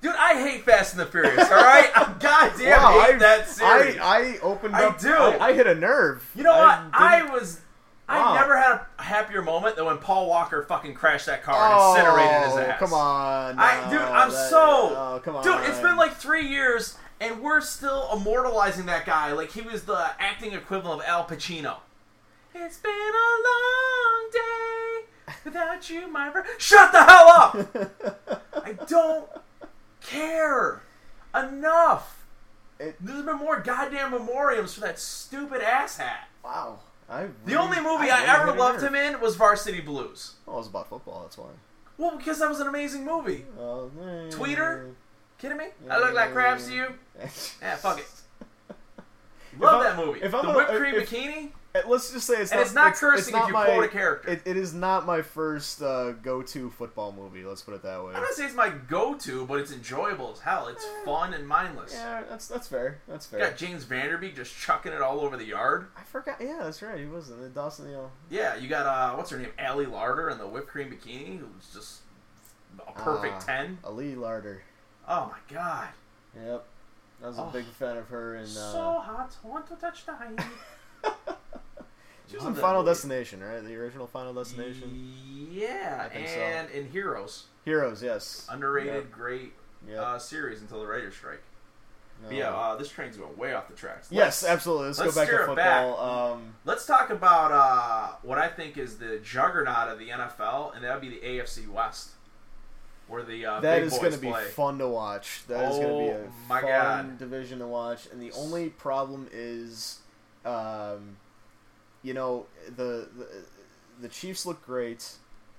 C: Dude, I hate Fast and the Furious, alright? I goddamn
B: Wow,
C: hate
B: I,
C: that series.
B: I, I opened
C: I
B: up.
C: do.
B: I, I hit a nerve.
C: you know what? I,
B: didn't-
C: was.
B: Wow.
C: I never had a happier moment than when Paul Walker fucking crashed that car
B: oh,
C: and incinerated his ass.
B: Come on,
C: I, dude,
B: no,
C: I'm
B: that-
C: so.
B: oh, come on,
C: Dude, it's been like three years, and we're still immortalizing that guy like he was the acting equivalent of Al Pacino. It's been a long day without you, my friend. Shut the hell up! I don't care. Enough.
B: It-
C: There's been more goddamn memoriams for that stupid ass hat.
B: Wow. I
C: The only movie I, ever loved him in was Varsity Blues.
B: Oh, it was about football. That's why.
C: Well, because that was an amazing movie.
B: Oh, man.
C: Tweeter? Kidding me? I look like crabs to you. Yeah, fuck it. Love
B: If I'm-
C: that movie.
B: if
C: the
B: I'm gonna-
C: whipped cream
B: if-
C: bikini.
B: Eh, Let's just say it's
C: And
B: not.
C: it's not cursing
B: it's
C: if
B: not
C: you
B: my,
C: quote a character.
B: It, it is not my first uh, go-to football movie. Let's put it that way.
C: I'm not saying it's my go-to, but it's enjoyable as hell. It's fun and mindless.
B: Yeah, that's that's fair. That's fair.
C: Got James Vanderbeek just chucking it all over the yard.
B: I forgot. Yeah, that's right. He wasn't. It Dawson, you know.
C: Yeah, you got uh, what's her name, Allie Larder, in the whipped cream bikini, who's just a perfect
B: Ah.
C: ten.
B: Ali Larder.
C: Oh my god,
B: Yep. I was a
C: Oh.
B: big fan of her in. Uh,
C: so hot, want to touch the hand.
B: she was
C: Love
B: in
C: that
B: Final
C: movie.
B: Destination, right? The original Final Destination.
C: Yeah,
B: I think so.
C: and in Heroes,
B: Heroes, yes.
C: underrated,
B: Yep,
C: great
B: yep,
C: uh, series until the writers' strike.
B: no.
C: But yeah, uh, this train's going way off the tracks.
B: Yes,
C: Let's-
B: absolutely. Let's,
C: let's
B: go back to
C: steer
B: football.
C: it back.
B: Um,
C: Let's talk about uh, what I think is the juggernaut of the NFL, and that would be the AFC West, where the uh,
B: that
C: big
B: is
C: boys
B: going to be
C: play.
B: fun to watch. That is going to be
C: Oh,
B: a
C: my
B: fun
C: God.
B: division to watch. And the only problem is, um, you know, the, the the Chiefs look great.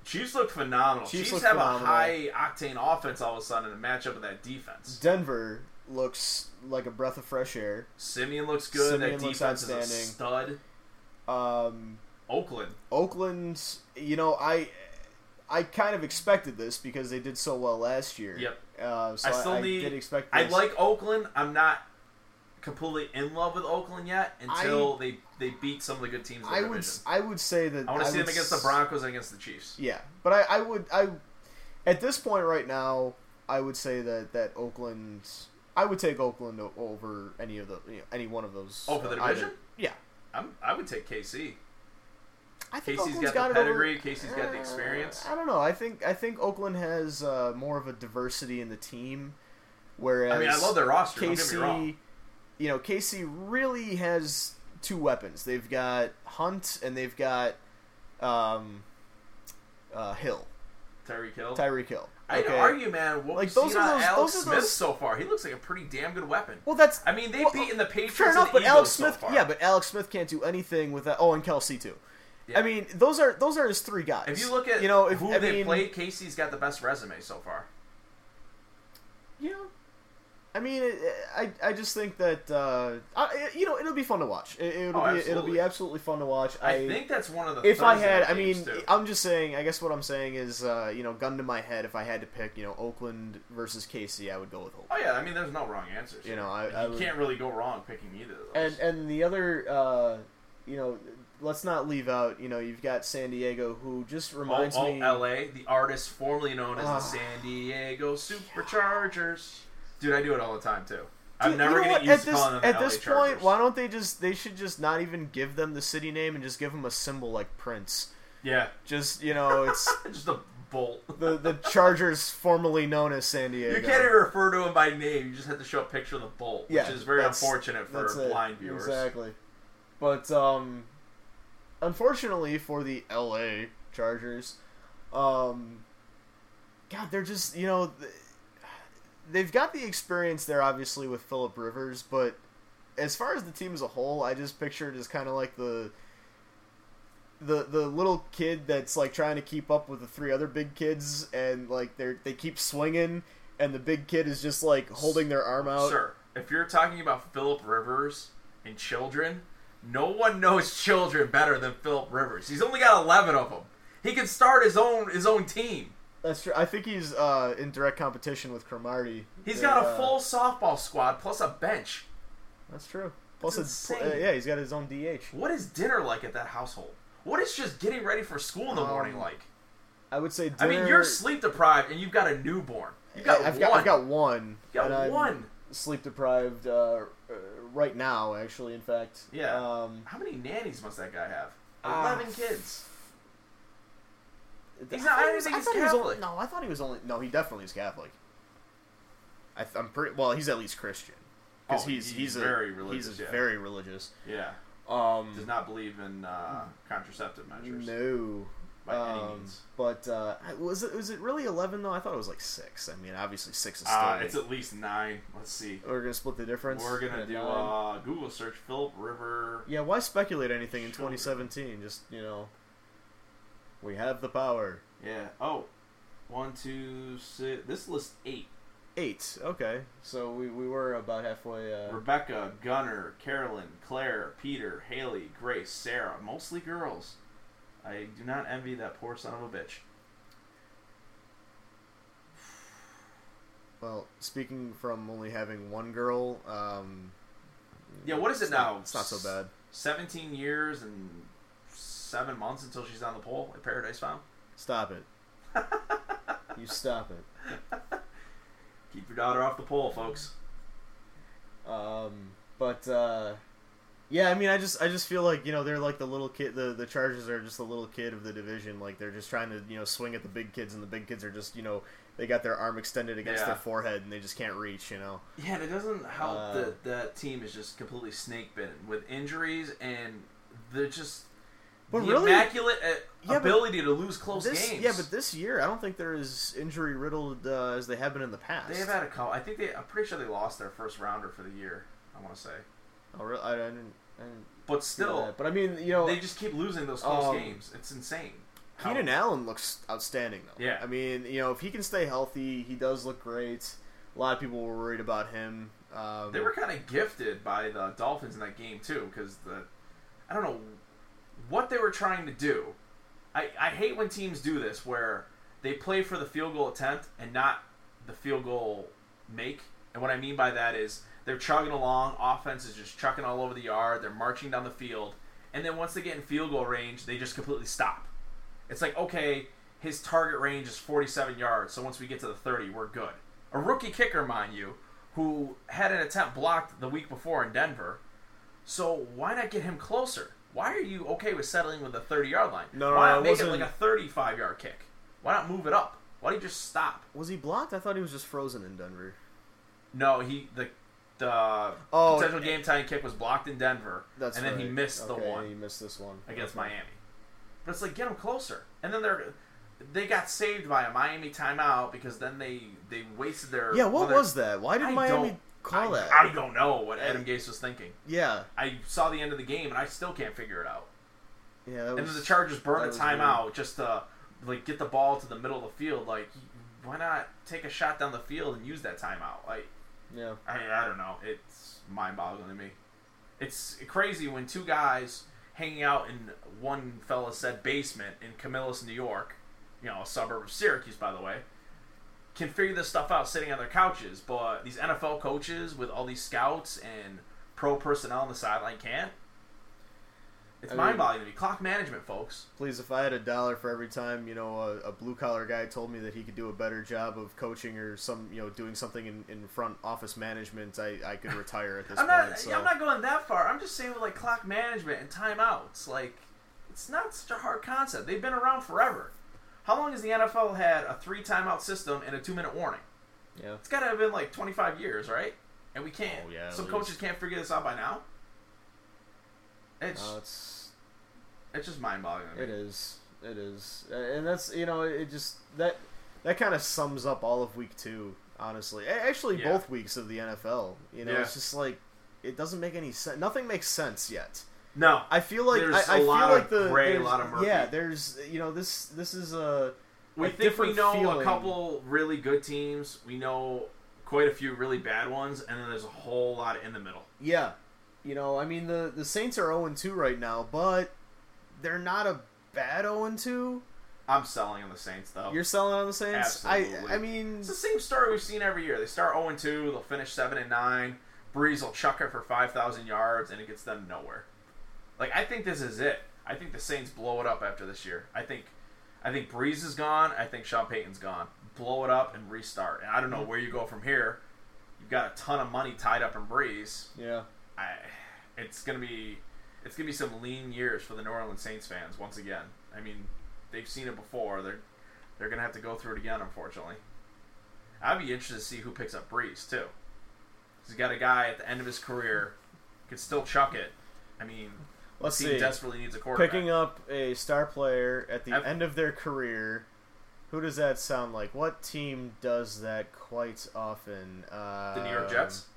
C: Chiefs look phenomenal.
B: Chiefs
C: Chiefs,
B: look
C: have
B: phenomenal.
C: a high octane offense all of a sudden in a matchup with that defense.
B: Denver looks like a breath of fresh air.
C: Simeon looks good.
B: Simeon
C: that
B: looks
C: defense is a
B: outstanding.
C: stud.
B: Um,
C: Oakland.
B: Oakland, you know, I I kind of expected this because they did so well last year.
C: Yep.
B: Uh, so I,
C: I still
B: I
C: need-
B: did expect.
C: I
B: this.
C: like Oakland. I'm not completely in love with Oakland yet until they, they beat some of the good teams in the
B: I would.
C: division.
B: s- I would say that.
C: I want to see
B: would
C: them against the
B: s-
C: Broncos and against the Chiefs.
B: Yeah, but I, I would. I at this point right now, I would say that that Oakland. I would take Oakland o- over any of the you know, any one of those.
C: Over Oh, the
B: uh, either-
C: division?
B: Yeah,
C: I'm, I would take KC.
B: I
C: Casey's
B: Oakland's
C: got the
B: it over- Eh,
C: pedigree. Casey's got the experience.
B: I don't know. I think I think Oakland has uh, more of a diversity in the team, whereas
C: I mean, I love their roster. don't get me wrong.
B: KC, you know, KC really has two weapons. They've got Hunt and they've got um, uh, Hill,
C: Tyreek Hill.
B: Tyreek Hill.
C: I'd
B: Okay.
C: argue, man, what
B: Like,
C: we've
B: those
C: seen
B: are
C: out of
B: those-
C: Alex
B: those are
C: Smith
B: those-
C: so far, he looks like a pretty damn good weapon.
B: Well, that's
C: I mean, they've
B: well,
C: beaten the Patriots
B: Fair enough,
C: and the
B: but
C: Eagles
B: Alex
C: so
B: Smith,
C: far.
B: yeah, but Alex Smith can't do anything without. Oh, and Kelsey too.
C: Yeah.
B: I mean, those are those are his three guys.
C: if you look at
B: you know if,
C: who
B: I
C: they
B: mean,
C: played, Casey's got the best resume so far.
B: Yeah. I mean, it, I I just think that uh, I, you know it'll be fun to watch. It, it'll
C: Oh,
B: be it'll
C: absolutely.
B: be absolutely fun to watch.
C: I, think that's one of the.
B: if I
C: Thursday
B: had, I
C: games,
B: mean,
C: too.
B: I'm just saying. I guess what I'm saying is, uh, you know, gun to my head, if I had to pick, you know, Oakland versus KC, I would go with Oakland.
C: oh yeah, I mean, there's no wrong answers.
B: You know, I,
C: you
B: I would,
C: can't really go wrong picking either of those.
B: and and the other, uh, you know, let's not leave out. You know, you've got San Diego, who just
C: Oh,
B: reminds
C: oh,
B: me.
C: LA, the artist formerly known as the
B: Ah.
C: San Diego Superchargers. Dude, I do it all the time too. I'm
B: Dude,
C: never
B: you know
C: gonna
B: what?
C: use
B: at
C: calling them
B: this at
C: LA
B: this
C: Chargers.
B: point. Why don't they just? They should just not even give them the city name and just give them a symbol like Prince.
C: Yeah,
B: Just you know, it's
C: just a bolt.
B: the the Chargers formerly known as San Diego.
C: You can't even refer to him by name. You just have to show a picture of the bolt,
B: Yeah,
C: which is very
B: that's-
C: unfortunate for
B: That's it.
C: blind viewers.
B: Exactly. But um unfortunately for the LA Chargers, um God, they're just you know th- they've got the experience there obviously with Philip Rivers, but as far as the team as a whole, I just picture it as kind of like the the the little kid that's like trying to keep up with the three other big kids and like they're they keep swinging and the big kid is just like holding their arm out
C: Sir, if you're talking about Philip Rivers and children, no one knows children better than Philip Rivers. He's only got 11 of them. He can start his own his own team.
B: That's true. I think he's uh, in direct competition with Cromartie.
C: He's
B: He's
C: got a full softball squad plus a bench.
B: That's true. Plus,
C: That's
B: it's, uh,
C: insane.
B: yeah, he's got his own DH.
C: What is dinner like at that household? What is just getting ready for school in the
B: Um,
C: morning like?
B: I would say.
C: I
B: Dinner,
C: mean, you're sleep deprived and you've got a newborn. You've got
B: I- I've
C: one.
B: got I've got one.
C: You've
B: and
C: got
B: I'm
C: one.
B: Sleep deprived uh, uh, right now, actually. In fact.
C: Yeah.
B: Um,
C: How many nannies must that guy have?
B: Ah.
C: 11 kids.
B: I thought
C: He's not- I
B: he
C: don't
B: was-
C: think
B: I
C: he's
B: thought he was only-
C: Catholic.
B: No, I thought he was only. No, he definitely is Catholic. I th- I'm pretty well. He's at least Christian because
C: Oh,
B: he's,
C: he's
B: he's
C: very
B: a,
C: religious,
B: He's a
C: yeah.
B: very religious.
C: Yeah.
B: Um,
C: Does not believe in uh, contraceptive measures.
B: No.
C: By any
B: Um,
C: means.
B: But uh, I- was it was it really eleven though? I thought it was like six. I mean, obviously six is still.
C: Uh, it's at least nine. Let's see.
B: We're gonna split the difference.
C: We're gonna
B: at
C: do
B: nine.
C: uh, Google search Philip River.
B: yeah, why speculate anything in
C: Sure.
B: 2017? Just you know, we have the power.
C: Yeah. Oh, one, two, six. This lists eight.
B: Eight. Okay, so we, we were about halfway. Uh,
C: Rebecca, Gunnar, Carolyn, Claire, Peter, Haley, Grace, Sarah. Mostly girls. I do not envy that poor son of a bitch.
B: well, speaking from only having one girl. Um,
C: Yeah, what is it
B: it's not-
C: now?
B: It's not so bad.
C: 17 years and seven months until she's on the pole at Paradise Found.
B: Stop it. you stop it.
C: Keep your daughter off the pole, folks.
B: Um, but uh, yeah, I mean, I just I just feel like you know they're like the little kid. The the Chargers are just the little kid of the division. Like they're just trying to you know swing at the big kids, and the big kids are just you know they got their arm extended against
C: Yeah.
B: their forehead, and they just can't reach. You know.
C: Yeah, and it doesn't help
B: Uh,
C: that that team is just completely snake bitten with injuries and they're just
B: But
C: the
B: really-
C: immaculate uh,
B: but
C: ability to lose close
B: This,
C: games.
B: yeah, but this year I don't think they're as injury riddled uh, as they have been in the past.
C: they have had a couple. I think they. I'm pretty sure they lost their first rounder for the year. I want to say,
B: Oh, really? I, I didn't. I didn't
C: but
B: feel
C: still,
B: that. but I mean, you know,
C: they just keep losing those close
B: Um,
C: games. It's insane. How-
B: Keenan Allen looks outstanding though.
C: Yeah.
B: I mean, you know, if he can stay healthy, he does look great. A lot of people were worried about him. Um,
C: They were kind of gifted by the Dolphins in that game too, because the I don't know what they were trying to do. I, I hate when teams do this where they play for the field goal attempt and not the field goal make. And what I mean by that is they're chugging along, offense is just chucking all over the yard, they're marching down the field, and then once they get in field goal range, they just completely stop. It's like, okay, his target range is 47 yards, so once we get to the 30, we're good. A rookie kicker, mind you, who had an attempt blocked the week before in Denver. So why not get him closer? Why are you okay with settling with a 30 yard line?
B: No, no,
C: why
B: no,
C: not
B: it
C: make it
B: wasn't-
C: like a 35 yard kick? Why not move it up? Why do you just stop?
B: Was he blocked? I thought he was just frozen in Denver.
C: No, he the the
B: Oh,
C: potential game tying kick was blocked in Denver,
B: That's
C: and then he
B: right.
C: missed the
B: Okay,
C: one
B: He missed this one
C: against
B: Okay.
C: Miami. But it's like get them closer, and then they're they got saved by a Miami timeout because then they they wasted their
B: Yeah, what
C: one of their-
B: was that? Why did
C: I
B: Miami
C: don't-
B: call
C: I,
B: that?
C: I don't know what Adam Gase was thinking.
B: yeah,
C: I saw the end of the game and I still can't figure it out.
B: yeah. That
C: And
B: was,
C: then the Chargers
B: that
C: burn a
B: was
C: timeout just to like get the ball to the middle of the field. Like, why not take a shot down the field and use that timeout? Like,
B: yeah,
C: I, I don't know. It's mind-boggling to me. It's crazy when two guys hanging out in one fella said basement in Camillus, New York, you know, a suburb of Syracuse, by the way, can figure this stuff out sitting on their couches. But these NFL coaches with all these scouts and pro personnel on the sideline can't. It's
B: I mean-
C: mind boggling to me. Clock management, folks.
B: Please, if I had a dollar for every time you know a, a blue collar guy told me that he could do a better job of coaching or some you know doing something in, in front office management, I, I could retire at this
C: I'm
B: point.
C: not.
B: so.
C: yeah, I'm not going that far. I'm just saying with like clock management and timeouts, like it's not such a hard concept. They've been around forever. How long has the NFL had a three timeout system and a two minute warning?
B: Yeah.
C: It's got to have been like 25 years, right? And we can't.
B: Oh, yeah, at
C: Some
B: least.
C: coaches can't figure this out by now. It's
B: No, Uh, it's
C: it's just mind boggling.
B: It is. It is. Uh, And that's you know it just that that kind of sums up all of week two. Honestly, A- actually,
C: Yeah.
B: both weeks of the NFL. You know,
C: Yeah.
B: it's just like it doesn't make any sense. Nothing makes sense yet.
C: No,
B: I feel like
C: There's
B: I, I
C: a
B: feel
C: lot
B: like
C: of
B: the
C: gray, a
B: there's-
C: lot of murky.
B: yeah. There's you know this this is a
C: we
B: a
C: think we
B: different
C: know a
B: feeling.
C: couple really good teams. We know quite a few really bad ones, and then there's a whole lot in the middle.
B: Yeah. You know, I mean the the Saints are 0 2 right now, but they're not a bad 0 2.
C: I'm selling on the Saints though.
B: You're selling on the Saints?
C: Oh. Absolutely.
B: I I mean
C: It's the same story we've seen every year. They start 0 2, they'll finish 7 and 9. Breeze will chuck it for 5,000 yards, and it gets them nowhere. Like, I think this is it. I think the Saints blow it up after this year. I think I think Breeze is gone. I think Sean Payton's gone. Blow it up and restart. And I don't know where you go from here. You've got a ton of money tied up in Breeze.
B: yeah.
C: I, it's gonna be it's gonna be some lean years for the New Orleans Saints fans once again. I mean, they've seen it before. They're they're gonna have to go through it again, unfortunately. I'd be interested to see who picks up Breeze too. 'Cause He's got a guy at the end of his career could still chuck it. I mean,
B: Let's
C: team
B: see.
C: desperately needs a quarterback.
B: picking up a star player at the
C: I've-
B: end of their career. Who does that sound like? What team does that quite often? Uh,
C: the New York Jets.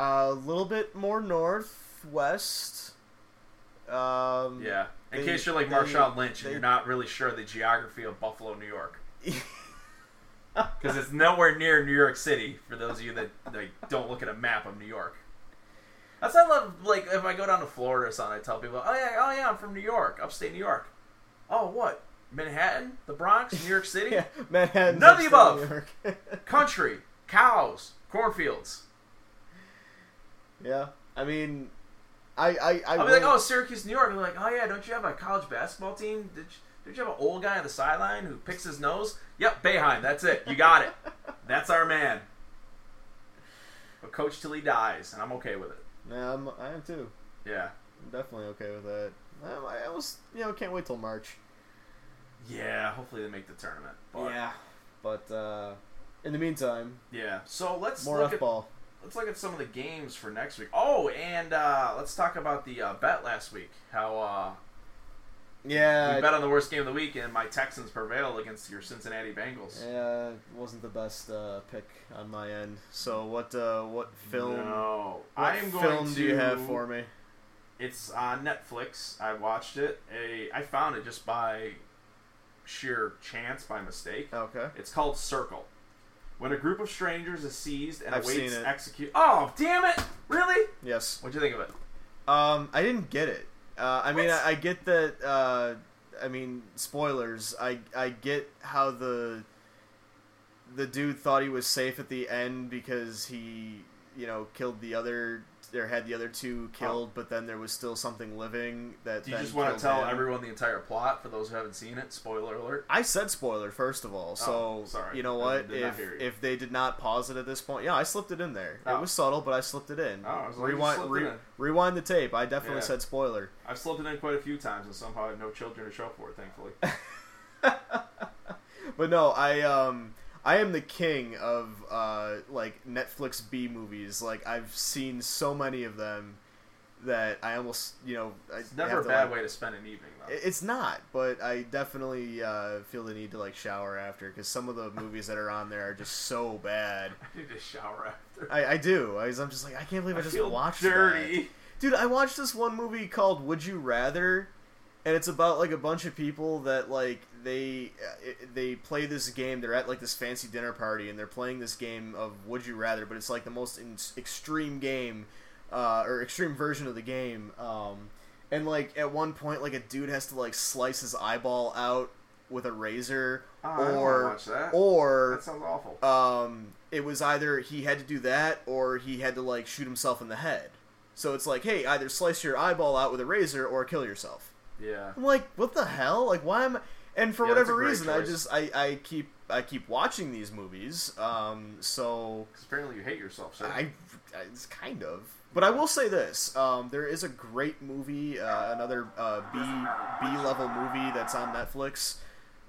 B: A little bit more northwest. Um,
C: Yeah. In
B: they-
C: case you're like
B: they-
C: Marshawn Lynch and
B: they-
C: you're not really sure the geography of Buffalo, New York. Because it's nowhere near New York City. For those of you that like, don't look at a map of New York, that's why I love. Like if I go down to Florida or something, I tell people, "Oh yeah, oh yeah, I'm from New York, upstate New York." Oh what? Manhattan, the Bronx, New York City,
B: yeah, Manhattan.
C: None of the above.
B: above.
C: country, cows, cornfields.
B: yeah, I mean, I I I
C: I'll be
B: will-
C: like, "Oh, Syracuse, New York." They're like, "Oh yeah, don't you have a college basketball team? Did you, did you have an old guy on the sideline who picks his nose?" Yep, Bayheim. That's it. You got it. that's our man. But coach till he dies, and I'm okay with it.
B: Yeah, I'm, I am too.
C: Yeah.
B: I'm definitely okay with that. Um, I, I was you know can't wait till March.
C: Yeah, hopefully they make the tournament. But yeah.
B: but uh, in the meantime,
C: So let's
B: more
C: look
B: F
C: at
B: ball.
C: let's look at some of the games for next week. Oh, and uh, let's talk about the uh, bet last week. How uh,
B: Yeah,
C: we bet on the worst game of the week, and my Texans prevailed against your Cincinnati Bengals.
B: Yeah, it uh, wasn't the best uh, pick on my end. So what uh, what film?
C: No,
B: What
C: I am going
B: film
C: to.
B: do you have for me?
C: It's on Netflix. I watched it. A I found it just by sheer chance, by mistake.
B: Okay.
C: It's called Circle. When a group of strangers is seized and
B: I've
C: awaits
B: seen it.
C: execute. Oh, damn it! Really?
B: Yes.
C: What'd you think of it?
B: Um, I didn't get it. Uh, I mean,
C: What?
B: I, I get that. Uh, I mean, spoilers. I I get how the the dude thought he was safe at the end because he you know killed the other or had the other two killed, but then there was still something living that.
C: Oh. Do you
B: then
C: just want
B: killed
C: to tell
B: him.
C: everyone the entire plot for those who haven't seen it? Spoiler alert.
B: I said spoiler first of all, so
C: Oh, sorry.
B: you know
C: I
B: what?
C: did not
B: If
C: hear you.
B: if they did not pause it at this point, yeah, I slipped it in there.
C: Oh.
B: It was subtle, but I slipped it in.
C: Oh, I was like, you
B: rewind,
C: slipped
B: re-
C: it in.
B: rewind the tape. I definitely
C: Yeah.
B: said spoiler.
C: I've slipped it in quite a few times, and somehow I have no children to show for it, thankfully.
B: But no, I um I am the king of uh like Netflix B movies. Like I've seen so many of them that I almost you know I
C: It's never
B: have
C: a
B: to,
C: bad
B: like-
C: way to spend an evening, though.
B: It- It's not, but I definitely uh, feel the need to like shower after because some of the movies that are on there are just so bad.
C: I need to shower after.
B: I, I do. I, I'm just like I can't believe I,
C: I
B: just
C: feel
B: watched
C: dirty.
B: that. Dude, I watched this one movie called Would You Rather, and it's about like a bunch of people that like they uh, it- they play this game. They're at like this fancy dinner party, and they're playing this game of Would You Rather, but it's like the most in- extreme game uh, or extreme version of the game. Um, and like at one point, like a dude has to like slice his eyeball out with a razor,
C: Oh, I don't wanna
B: or
C: watch that.
B: or
C: That sounds awful.
B: um, it was either he had to do that or he had to like shoot himself in the head. So it's like, hey, either slice your eyeball out with a razor or kill yourself.
C: Yeah.
B: I'm like, what the hell? Like, why am? I... And for
C: Yeah, that's a
B: whatever
C: great
B: reason, I
C: choice.
B: just I, I keep I keep watching these movies. Um, so
C: 'Cause apparently you hate yourself, sir.
B: I, I it's kind of. But I will say this: um, there is a great movie, uh, another uh, B B level movie that's on Netflix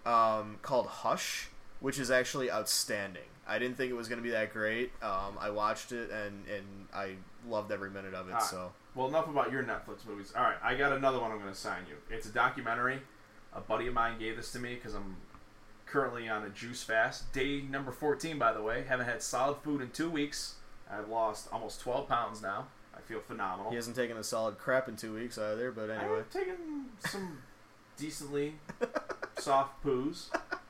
B: um, called Hush, which is actually outstanding. I didn't think it was going to be that great. Um, I watched it and and I loved every minute of it.
C: Ah.
B: So
C: Well, enough about your Netflix movies. All right, I got another one I'm going to sign you. It's a documentary. A buddy of mine gave this to me because I'm currently on a juice fast. Day number 14, by the way. Haven't had solid food in two weeks. I've lost almost 12 pounds now. I feel phenomenal.
B: he hasn't taken a solid crap in two weeks either. But anyway,
C: I've taken some decently soft poos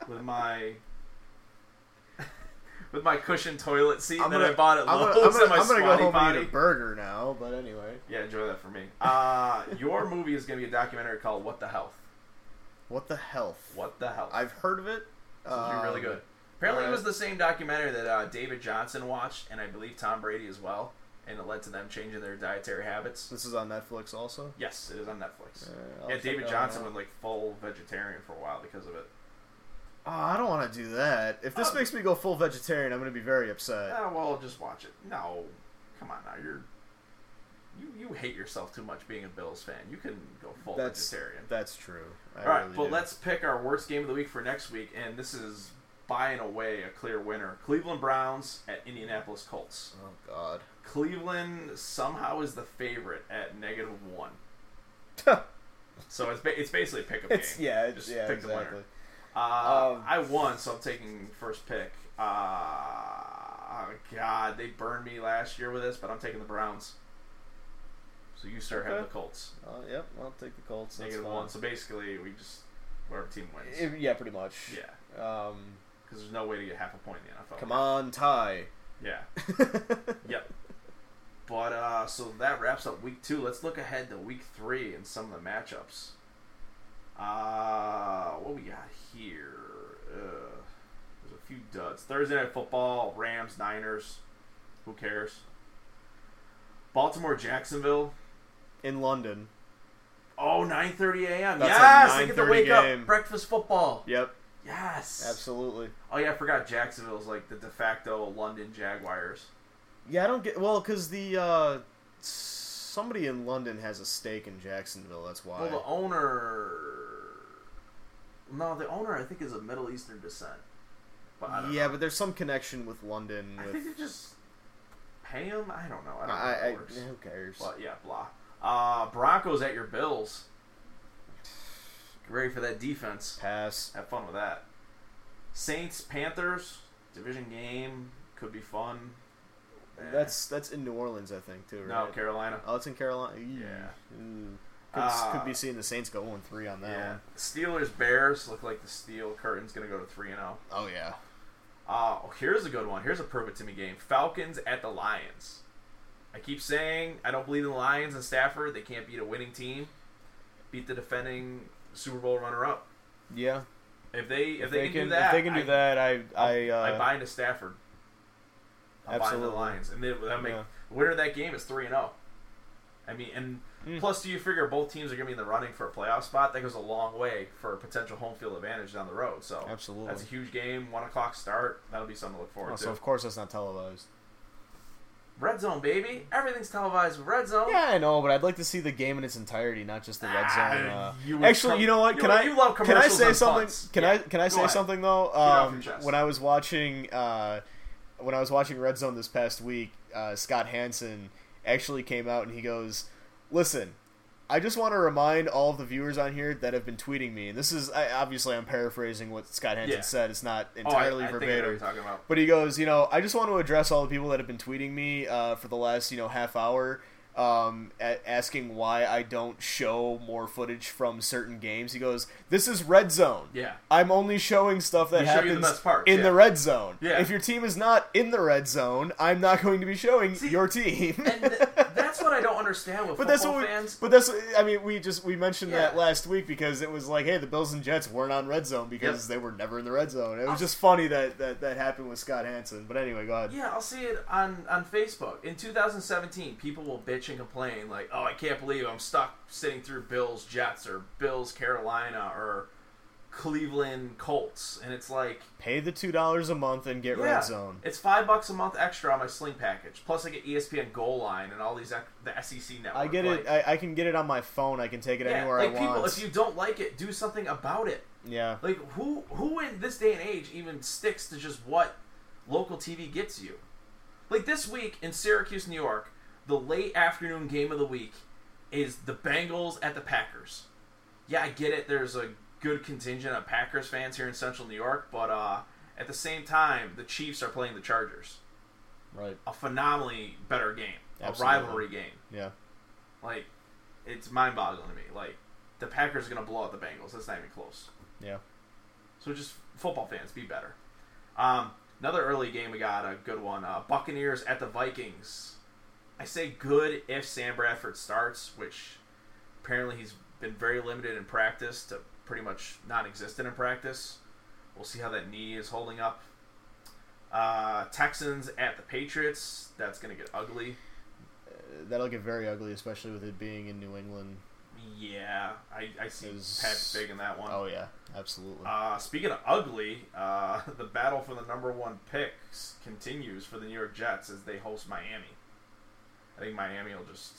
C: with my. With my cushion toilet seat
B: I'm
C: that
B: gonna-
C: I bought at
B: I'm gonna,
C: Lowe's
B: I'm
C: and
B: gonna,
C: my
B: I'm gonna go
C: squatty
B: home
C: potty.
B: and eat a burger now. But anyway,
C: Yeah, enjoy that for me. Uh, your movie is going to be a documentary called "What the Health."
B: what the health?
C: What the Health?
B: I've heard of it.
C: This would be
B: Um,
C: really good. Apparently, it
B: alright.
C: was the same documentary that uh, David Johnson watched, and I believe Tom Brady as well, and it led to them changing their dietary habits.
B: This is on Netflix also.
C: Yes, it is on Netflix.
B: Uh, I'll
C: yeah,
B: check
C: David
B: that
C: Johnson
B: out.
C: went like full vegetarian for a while because of it.
B: Oh, I don't want to do that. If this
C: Oh.
B: makes me go full vegetarian, I'm going to be very upset.
C: Ah, well, just watch it. No, come on now, you're you you hate yourself too much being a Bills fan. You can go full
B: That's
C: vegetarian.
B: that's true. I
C: All right,
B: really
C: but
B: do.
C: let's pick our worst game of the week for next week, and this is by and away a clear winner: Cleveland Browns at Indianapolis Colts.
B: Oh God.
C: Cleveland somehow is the favorite at negative one, so it's ba- it's basically a pickup
B: it's
C: game.
B: yeah. It's,
C: Just
B: yeah.
C: pick the winner.
B: exactly.
C: Uh,
B: Um,
C: I won, so I'm taking first pick. Uh, God, they burned me last year with this, but I'm taking the Browns. So you sir have
B: Okay.
C: the Colts
B: Uh, yep. I'll take the Colts. That's
C: negative
B: fine.
C: one. So basically, we just whatever team wins.
B: It- yeah, pretty much.
C: yeah,
B: Um,
C: because there's no way to get half a point in the NFL.
B: come on, tie.
C: Yeah. Yep. But uh, so that wraps up week two. Let's look ahead to week three and some of the matchups. Uh, what we got here? Uh, there's a few duds. Thursday night football: Rams, Niners. Who cares? Baltimore, Jacksonville.
B: In London.
C: Oh, 9.30 a.m.
B: That's a
C: yes, they get to
B: 9:30
C: wake
B: game.
C: up. Breakfast football.
B: Yep.
C: Yes.
B: Absolutely.
C: Oh, yeah, I forgot Jacksonville's like the de facto London Jaguars.
B: Yeah, I don't get well because the uh, somebody in London has a stake in Jacksonville. That's why.
C: Well, the owner. No, the owner I think is of Middle Eastern descent. But I don't
B: yeah,
C: know.
B: but there's some connection with London.
C: I
B: With
C: think they just pay him. I don't know. I don't know
B: I,
C: how
B: I,
C: it works.
B: who cares?
C: But yeah, blah. Uh, Broncos at your Bills. Get ready for that defense.
B: Pass.
C: Have fun with that. Saints Panthers division game could be fun. Eh.
B: That's that's in New Orleans, I think, too. Right?
C: no Carolina.
B: Oh, it's in Carolina. Ew.
C: Yeah.
B: Ooh. Could,
C: Uh,
B: could be seeing the Saints go 1 3 on that
C: Yeah.
B: one.
C: Steelers Bears look like the steel curtain's gonna go to three and zero.
B: Oh, yeah.
C: Uh, oh, here's a good one. Here's a prove it to me game. Falcons at the Lions. I keep saying I don't believe in the Lions and Stafford. They can't beat a winning team. Beat the defending Super Bowl runner up.
B: Yeah.
C: If they if, they, can, do that,
B: if they can do
C: I,
B: that, I I, uh,
C: I buy into Stafford. I buy into the
B: Absolutely.
C: Lions, and they, that make
B: Yeah.
C: the winner of that game is three and zero. I mean, and
B: Mm.
C: plus, do you figure both teams are going to be in the running for a playoff spot? That goes a long way for a potential home field advantage down the road. So
B: Absolutely.
C: that's a huge game. One o'clock start. That'll be something to look forward
B: Oh,
C: to.
B: so of course that's not televised.
C: Red Zone, baby. Everything's televised with Red Zone.
B: Yeah, I know, but I'd like to see the game in its entirety, not just the red
C: Ah,
B: zone. Uh,
C: you would
B: actually,
C: com-
B: you know what?
C: you
B: Can
C: would-
B: I
C: you love
B: can I
C: commercials
B: say
C: and
B: something?
C: punts.
B: Can
C: Yeah,
B: I can I
C: go
B: say
C: ahead.
B: something though?
C: off
B: Um,
C: your chest.
B: when I was watching uh, when I was watching Red Zone this past week, uh, Scott Hansen actually came out and he goes, "Listen." I just want to remind all of the viewers on here that have been tweeting me, and this is I, obviously I'm paraphrasing what Scott Hansen
C: Yeah.
B: said. It's not
C: Oh, I,
B: entirely
C: I think I know what
B: verbatim.
C: you're talking about.
B: But he goes, you know, I just want to address all the people that have been tweeting me uh, for the last, you know, half hour, um, a- asking why I don't show more footage from certain games. He goes, this is red zone.
C: Yeah.
B: I'm only showing stuff that
C: We show you the
B: happens
C: best parts,
B: in
C: yeah.
B: the red zone.
C: Yeah.
B: If your team is not in the red zone, I'm not going to be showing
C: See,
B: your team.
C: And th- that's what I don't understand with
B: But that's
C: football
B: what we,
C: fans.
B: but that's I mean we just we mentioned that
C: Yeah.
B: last week because it was like hey the Bills and Jets weren't on red zone because
C: Yep.
B: they were never in the red zone. It was just funny that that, that happened with Scott Hansen. But anyway, go ahead.
C: Yeah, I'll see it on, on Facebook. In 2017, people will bitch and complain, like, oh, I can't believe I'm stuck sitting through Bills Jets or Bills Carolina or Cleveland Colts. And it's like,
B: Pay the two dollars a month and get
C: yeah,
B: red zone.
C: it's five bucks a month extra on my Sling package. Plus, I get E ESPN Goal Line and all these, ec- the SEC network.
B: I get
C: like,
B: it. I, I can get it on my phone. I can take it
C: yeah,
B: anywhere
C: like
B: I
C: people,
B: want.
C: if you don't like it, do something about it.
B: yeah,
C: Like, who, who in this day and age even sticks to just what local TV gets you? Like this week in Syracuse, New York, the late afternoon game of the week is the Bengals at the Packers. Yeah, I get it. There's a good contingent of Packers fans here in Central New York, but uh, at the same time, the Chiefs are playing the Chargers.
B: right.
C: A phenomenally better game,
B: Absolutely.
C: a rivalry game.
B: Yeah,
C: Like, it's mind-boggling to me. Like, the Packers are gonna blow out the Bengals. That's not even close.
B: yeah.
C: So just football fans, be better. Um, another early game we got a good one. Uh, Buccaneers at the Vikings. I say good if Sam Bradford starts, which apparently he's been very limited in practice to pretty much non-existent in practice. We'll see how that knee is holding up. Uh, Texans at the Patriots. That's gonna get ugly.
B: That'll get very ugly, especially with it being in New England.
C: Yeah, I, I see
B: Is-
C: Pat big in that one.
B: Oh yeah, absolutely.
C: Uh, speaking of ugly, uh, the battle for the number one picks continues for the New York Jets as they host Miami. I think Miami will just.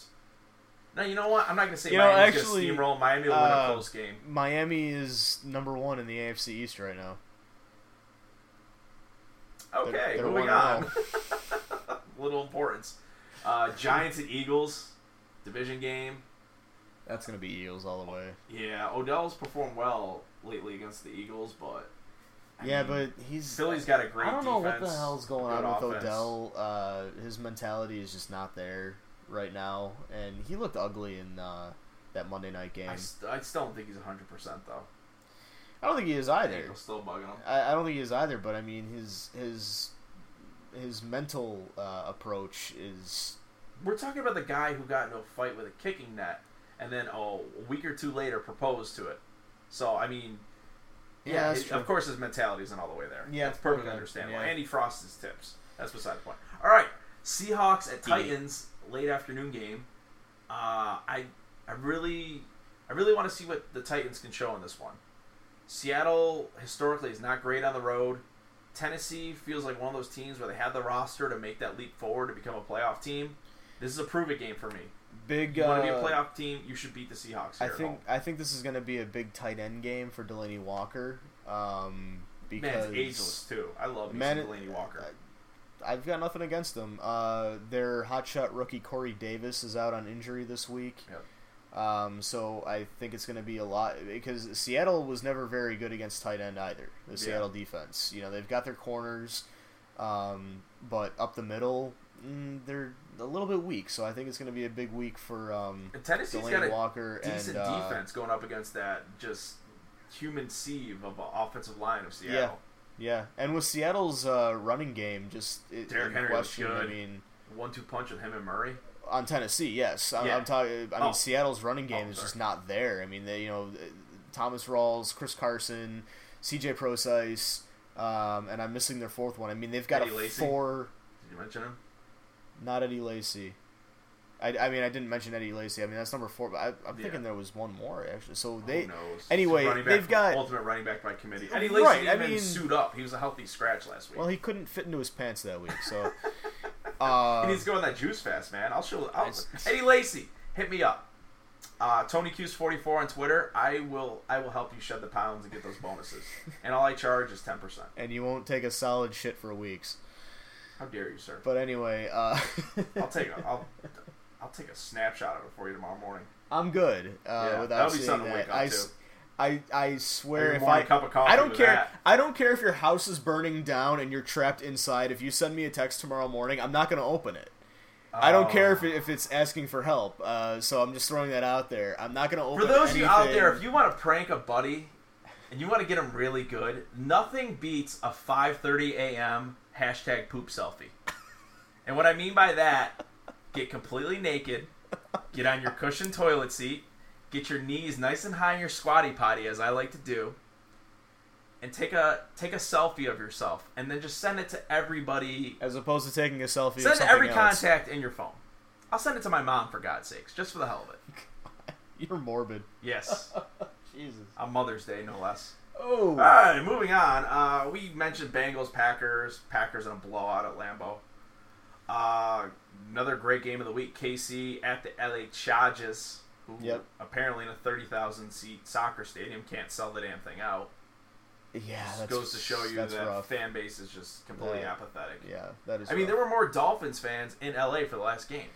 C: No, you know what? I'm not going to say
B: You know,
C: Miami's
B: actually,
C: going to steamroll. Miami will win
B: uh,
C: a close game.
B: Miami is number one in the AFC East right now.
C: Okay,
B: they're
C: moving
B: one and oh.
C: on. Little importance. Uh, Giants and Eagles division game.
B: That's gonna be Eagles all the way.
C: Yeah, Odell's performed well lately against the Eagles, but I
B: yeah,
C: mean,
B: but he's
C: Philly's got a great.
B: I don't know
C: defense,
B: what the hell's going
C: good
B: on with
C: offense.
B: Odell. Uh, his mentality is just not there right now, and he looked ugly in uh, that Monday night game.
C: I,
B: I,
C: st- I still don't think he's 100 percent though.
B: don't think he is either.
C: April's still bugging him.
B: I, I don't think he is either. But I mean, his his his mental uh, approach is
C: We're talking about the guy who got into a fight with a kicking net, and then oh, a week or two later proposed to it. So I mean,
B: yeah,
C: yeah,
B: that's
C: it-
B: true.
C: of course his mentality isn't all the way there.
B: Yeah,
C: it's perfectly
B: okay,
C: understandable.
B: yeah.
C: And he frosts his tips. That's beside the point. All right, Seahawks at
B: Yeah.
C: Titans late afternoon game. Uh, I I really I really want to see what the Titans can show in this one. Seattle historically is not great on the road. Tennessee feels like one of those teams where they have the roster to make that leap forward to become a playoff team. This is a prove it game for me.
B: big.
C: You want to be a
B: uh,
C: playoff team, you should beat the Seahawks. Here
B: I
C: at
B: think
C: home.
B: I think this is going to be a big tight end game for Delaney Walker. Um,
C: man,
B: because
C: it's ageless too. I love
B: Man,
C: man,
B: it-
C: Delaney Walker.
B: I've got nothing against them. Uh, their hotshot rookie Corey Davis is out on injury this week.
C: Yep.
B: Um, so I think it's going to be a lot because Seattle was never very good against tight end either. The Seattle defense, you know, they've got their corners, um, but up the middle, mm, they're a little bit weak. So I think it's going to be a big week for um,
C: And Tennessee's
B: Delaney
C: got a
B: Walker and
C: decent
B: uh,
C: defense going up against that just human sieve of an offensive line of Seattle.
B: Yeah, and with Seattle's uh, running game, just i-
C: Derrick
B: in
C: Henry was
B: question. I
C: good.
B: mean,
C: One-two punch with him and Murray.
B: on Tennessee, yes. I'm,
C: Yeah.
B: I'm talking. I mean,
C: Oh.
B: Seattle's running game
C: Oh,
B: is
C: sorry.
B: just not there. I mean, they you know, Thomas Rawls, Chris Carson, C.J. Procise, um, and I'm missing their fourth one. I mean, they've got
C: Eddie
B: a
C: Lacy?
B: four.
C: Did you mention him?
B: Not Eddie Lacy. I, I mean, I didn't mention Eddie Lacy. I mean, that's number four. But I, I'm
C: Yeah.
B: thinking there was one more actually. So they
C: Who knows?
B: anyway,
C: He's a running back
B: they've
C: from-
B: got-
C: ultimate running back by committee. Eddie Lacy
B: Right,
C: didn't
B: I
C: even
B: mean-
C: suit up. He was a healthy scratch last week.
B: well, he couldn't fit into his pants that week. So uh,
C: he needs to go on that juice fast, man. I'll show. I'll,
B: Nice.
C: Eddie Lacy, hit me up. Uh, Tony Q's forty four on Twitter. I will. I will help you shed the pounds and get those bonuses. and all I charge is ten percent.
B: and you won't take a solid shit for weeks.
C: How dare you, sir?
B: But anyway, uh,
C: I'll take a. I'll, I'll take a snapshot of it for you tomorrow morning.
B: I'm good uh,
C: Yeah,
B: without
C: that'll be
B: seeing
C: something to
B: that.
C: wake up
B: I,
C: to.
B: s- I- I swear
C: Every
B: if I
C: morning cup of coffee
B: I don't
C: with
B: care
C: that.
B: I don't care if your house is burning down and you're trapped inside. If you send me a text tomorrow morning, I'm not going to open it. I
C: Oh.
B: don't care if, it, if it's asking for help. Uh, so I'm just throwing that out there. I'm not going to
C: For
B: open.
C: those of you out there, if
B: anything.
C: you want to prank a buddy and you want to get him really good, nothing beats a 5:30 a.m. hashtag poop selfie. And what I mean by that get completely naked, get on your cushioned toilet seat, get your knees nice and high in your squatty potty, as I like to do, and take a take a selfie of yourself, and then just send it to everybody.
B: As opposed to taking a selfie. of
C: Send it to
B: something
C: every
B: else.
C: contact in your phone. I'll send it to my mom for God's sakes, just for the hell of it.
B: You're morbid.
C: Yes,
B: Jesus.
C: on Mother's Day, no less.
B: Oh.
C: All right, moving on. Uh, we mentioned Bengals, Packers, Packers in a blowout at Lambeau. Uh, another great game of the week. KC at the LA Chargers, who
B: Yep.
C: apparently in a thirty thousand seat soccer stadium can't sell the damn thing out.
B: yeah, Ah,
C: Just
B: that's,
C: goes to show you
B: that's
C: that
B: rough.
C: fan base is just completely
B: Yeah.
C: apathetic.
B: Yeah, that is.
C: I mean,
B: rough.
C: there were more Dolphins fans in LA for the last game.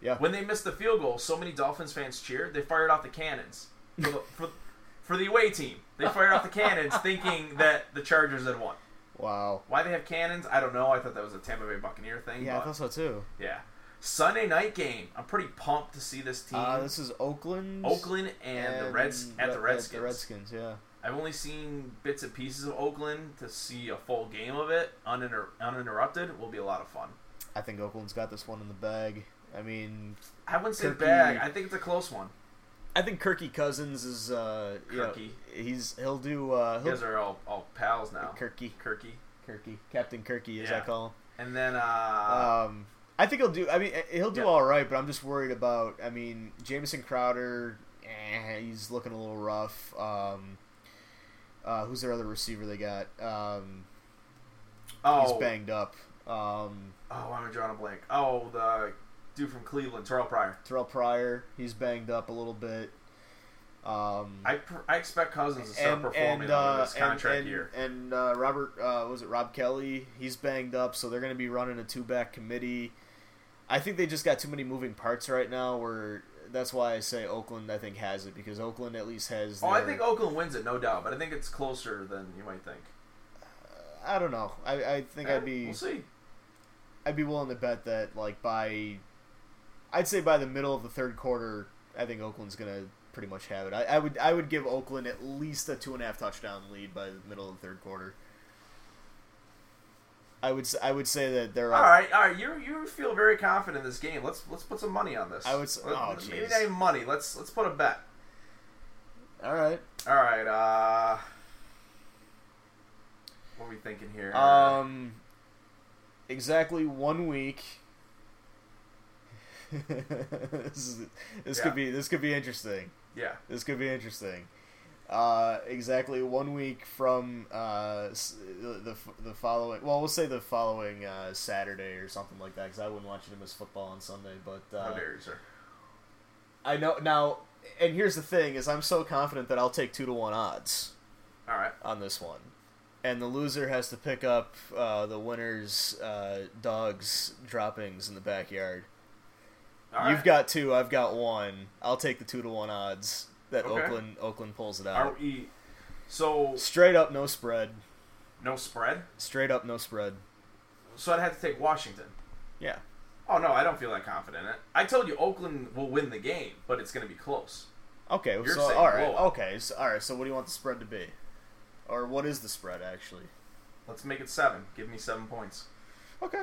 B: Yeah.
C: When they missed the field goal, so many Dolphins fans cheered. They fired off the cannons for the, for, for the away team. They fired off the cannons, thinking that the Chargers had won.
B: Wow.
C: Why they have cannons, I don't know. I thought that was a Tampa Bay Buccaneer thing.
B: Yeah, I thought
C: but-
B: so too.
C: yeah. Sunday night game. I'm pretty pumped to see this team.
B: Uh, this is Oakland.
C: Oakland and, the Reds at the Redskins.
B: At the Redskins, yeah.
C: I've only seen bits and pieces of Oakland to see a full game of it uninter- uninterrupted. Will be a lot of fun.
B: I think Oakland's got this one in the bag. I mean,
C: I wouldn't say
B: Kirky-
C: bag. I think it's a close one.
B: I think Kirky Cousins is. Uh, you know,
C: Kirky.
B: he's he'll do. Uh,
C: You
B: he'll,
C: guys are all, all pals now.
B: Kirky,
C: Kirky.
B: Kirky, Captain Kirky, as I
C: Yeah.
B: call him.
C: And then, uh,
B: Um, I think he'll do. I mean, eh, he'll do
C: Yeah.
B: all right, but I'm just worried about. I mean, Jamison Crowder, eh, he's looking a little rough. Um, uh, who's their other receiver they got? Um, he's
C: oh,
B: banged up. Um,
C: oh, I'm drawing a blank. Oh, the dude from Cleveland, Terrell Pryor.
B: Terrell Pryor, he's banged up a little bit. Um,
C: I, pr- I expect Cousins to start performing
B: uh,
C: under this contract
B: and,
C: year.
B: And uh, Robert, uh, was it Rob Kelly? He's banged up, so they're going to be running a two-back committee. I think they just got too many moving parts right now. Where that's why I say Oakland, I think has it because Oakland at least has.
C: Oh, I
B: their-
C: think Oakland wins it, no doubt, but I think it's closer than you might think.
B: I don't know. I, I think I'd
C: Eh,
B: be
C: We'll see.
B: I'd be willing to bet that like by, I'd say by the middle of the third quarter, I think Oakland's going to pretty much have it. I, I would I would give Oakland at least a two and a half touchdown lead by the middle of the third quarter. I would s- I would say that they're
C: All right, all right. You you feel very confident in this game. Let's let's put some money on this.
B: I would s-
C: Let-
B: oh,
C: maybe
B: jeez.
C: not even money. Let's let's put a bet.
B: all right.
C: All right. Uh, what are we thinking here?
B: Um, exactly one week. this is, this
C: Yeah.
B: could be this could be interesting.
C: yeah.
B: This could be interesting. Uh, exactly one week from uh, s- the, the f- the following. Well, we'll say the following uh, Saturday or something like that, because I wouldn't want you to miss football on Sunday. But
C: How
B: uh,
C: dare you, sir?
B: I know now. And here's the thing: is I'm so confident that I'll take two to one odds
C: All right.
B: on this one, and the loser has to pick up uh, the winner's uh, dog's droppings in the backyard.
C: All right.
B: You've got two. I've got one. I'll take the two to one odds that
C: Okay.
B: Oakland Oakland pulls it out.
C: Are we? So
B: Straight up, no spread.
C: no spread.
B: Straight up, no spread.
C: So I'd have to take Washington.
B: Yeah.
C: Oh no, I don't feel that confident in it. I told you Oakland will win the game, but it's going to be close.
B: Okay.
C: You're
B: so
C: saying
B: all right.
C: blowout.
B: Okay. So, all right. So what do you want the spread to be, or what is the spread actually?
C: Let's make it seven. Give me seven points.
B: Okay.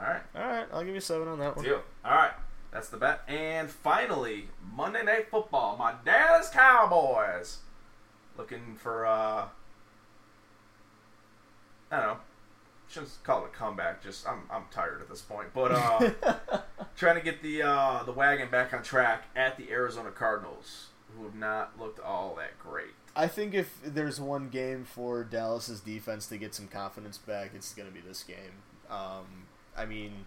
C: All right.
B: All right. I'll give you seven on that one.
C: Deal. All right. That's the bet. And finally, Monday Night Football. My Dallas Cowboys looking for uh, I don't know. Shouldn't call it a comeback. Just I'm I'm tired at this point. But uh, trying to get the uh, the wagon back on track at the Arizona Cardinals, who have not looked all that great.
B: I think if there's one game for Dallas's defense to get some confidence back, it's going to be this game. Um, I mean,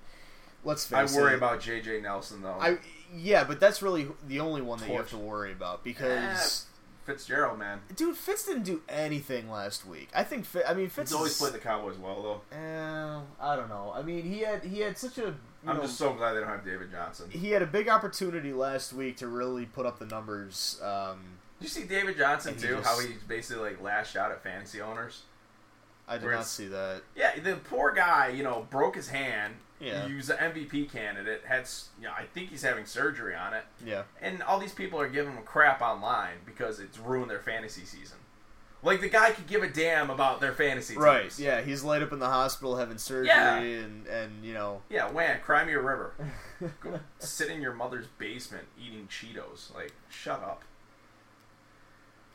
B: let's
C: I
B: face it.
C: worry about J.J. Nelson though.
B: I yeah, but that's really the only one that you have
C: Torch.
B: to
C: Ah.
B: worry about because.
C: Fitzgerald, man,
B: Dude, Fitz didn't do anything last week. I think. Fi- I mean, Fitz
C: he's always
B: is-
C: played the Cowboys well though.
B: Uh, I don't know. I mean, he had he had such a. You
C: I'm
B: know,
C: just so glad they don't have David Johnson.
B: he had a big opportunity last week to really put up the numbers. Um,
C: Did you see David Johnson
B: And he
C: too?
B: just-
C: How he basically like lashed out at fantasy owners.
B: I did
C: Where
B: not
C: it's-
B: see that.
C: Yeah, the poor guy, you know, broke his hand.
B: Yeah.
C: He was an MVP candidate. Had, s- you know, I think he's having surgery on it.
B: Yeah,
C: And all these people are giving him crap online because it's ruined their fantasy season. Like the guy could give a damn about their fantasy teams.
B: Right. Yeah, he's laid up in the hospital having surgery
C: Yeah.
B: and and you know
C: Yeah, wham, cry me a river. Go sit in your mother's basement eating Cheetos. Like, shut up.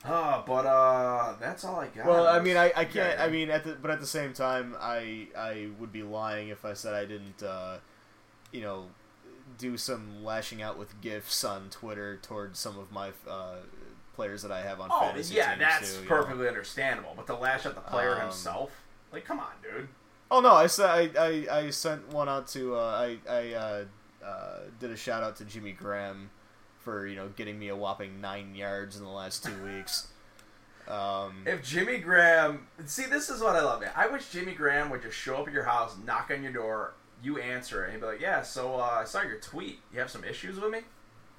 C: Uh, but uh that's all I got.
B: Well, I mean, I, I can't.
C: Yeah.
B: I mean, at the but at the same time, I I would be lying if I said I didn't, uh, you know, do some lashing out with gifs on Twitter towards some of my uh, players that I have on.
C: Oh,
B: fantasy
C: yeah,
B: teams,
C: that's
B: too, you know.
C: perfectly understandable. But to lash at the player
B: Um,
C: himself, like, come on, dude.
B: Oh no, I said I, I, I sent one out to uh, I I uh, uh, did a shout out to Jimmy Graham for you know getting me a whopping nine yards in the last two weeks. Um,
C: If Jimmy Graham, see, this is what I love. Man. I wish Jimmy Graham would just show up at your house, knock on your door, you answer it, and he'd be like, "Yeah, so uh, I saw your tweet. You have some issues with me,"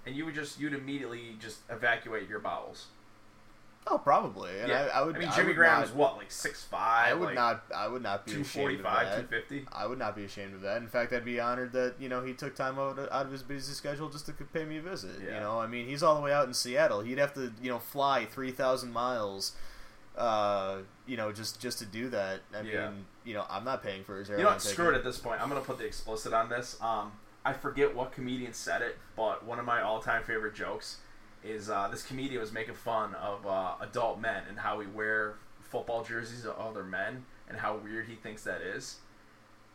C: and you would just you'd immediately just evacuate your bowels.
B: oh, probably. And I, I would.
C: I mean,
B: I
C: Jimmy
B: would
C: Graham
B: not-
C: is what, like six five?
B: I would not. I would not be
C: Two
B: ashamed
C: forty
B: of
C: five,
B: that.
C: two fifty.
B: I would not be ashamed of that. In fact, I'd be honored that you know he took time out out of his busy schedule just to c- pay me a visit. You
C: Yeah.
B: know, I mean, he's all the way out in Seattle. He'd have to you know fly three thousand miles, uh, you know, just just to do that. I
C: Yeah.
B: mean, you know, I'm not paying for his
C: You
B: airline
C: know what?
B: ticket.
C: Screw it at this point. I'm gonna put the explicit on this. Um, I forget what comedian said it, but one of my all time favorite jokes is uh, this comedian was making fun of uh, adult men and how we wear football jerseys of other men and how weird he thinks that is.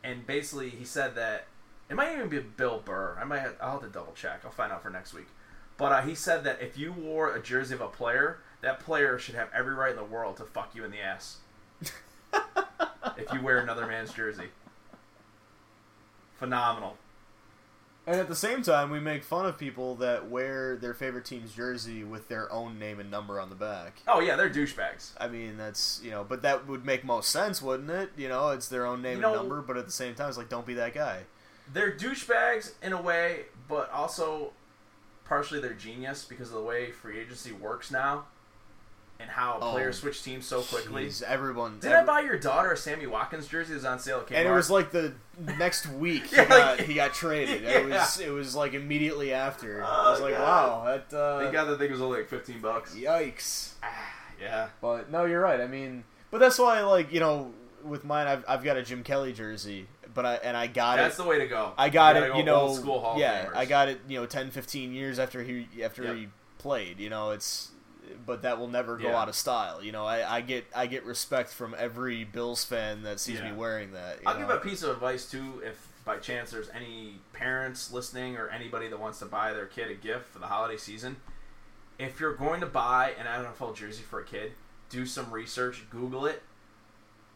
C: And basically, he said that it might even be Bill Burr. I might have, I'll have to double check. I'll find out for next week. But uh, he said that if you wore a jersey of a player, that player should have every right in the world to fuck you in the ass. if you wear another man's jersey. Phenomenal.
B: And at the same time, we make fun of people that wear their favorite team's jersey with their own name and number on the back.
C: Oh yeah, they're douchebags.
B: I mean, that's you know, but that would make most sense, wouldn't it? You know, it's their own name
C: You know-
B: and number, but at the same time, it's like don't be that guy.
C: They're douchebags in a way, but also partially they're genius because of the way free agency works now and how
B: Oh,
C: players switch teams so quickly.
B: Jeez, everyone.
C: Did I
B: every-
C: buy your daughter a Sammy Watkins jersey? It was on sale at Kmart.
B: And it was like the next week he,
C: Yeah,
B: got,
C: like-
B: he got traded. It
C: Yeah.
B: was it was like immediately after. I
C: Oh,
B: was like,
C: God.
B: wow, that uh,
C: they got that thing was only like fifteen bucks.
B: yikes.
C: Yeah.
B: But no, you're right. I mean, but that's why like you know with mine, I've, I've got a Jim Kelly jersey, but I and I got
C: That's
B: it.
C: the way to go.
B: I got
C: gotta
B: it.
C: go
B: You know,
C: old school Hall of
B: yeah,
C: Famers.
B: I got it. You know, 10, 15 years after he after
C: Yep.
B: he played. You know, it's but that will never go
C: Yeah.
B: out of style. You know, I, I get I get respect from every Bills fan that sees
C: Yeah.
B: me wearing that. you
C: I'll
B: know?
C: give a piece of advice too, if by chance there's any parents listening or anybody that wants to buy their kid a gift for the holiday season. If you're going to buy an NFL jersey for a kid, do some research, Google it,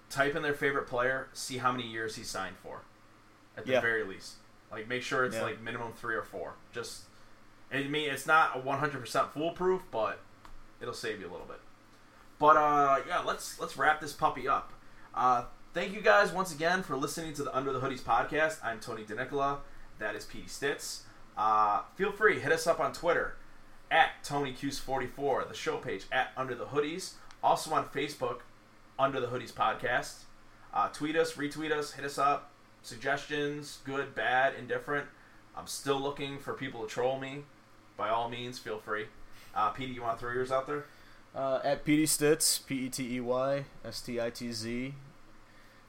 C: type in their favorite player, see how many years he signed for, at the
B: Yeah.
C: very least. Like make sure it's
B: Yeah.
C: like minimum three or four. Just, I mean, it's not a 100% foolproof, but it'll save you a little bit. But uh, yeah, let's let's wrap this puppy up. Uh, thank you guys once again for listening to the Under the Hoodies podcast. I'm Tony DeNicola. That is Petey Stitz. Uh, feel free hit us up on Twitter at TonyQs44, the show page at Under the Hoodies. Also on Facebook, Under the Hoodies podcast. Uh, tweet us, retweet us, hit us up. Suggestions, good, bad, indifferent. I'm still looking for people to troll me. By all means, feel free. Uh, Petey, you want to throw yours out there?
B: Uh, at Petey Stitz, P E T E Y S T I T Z.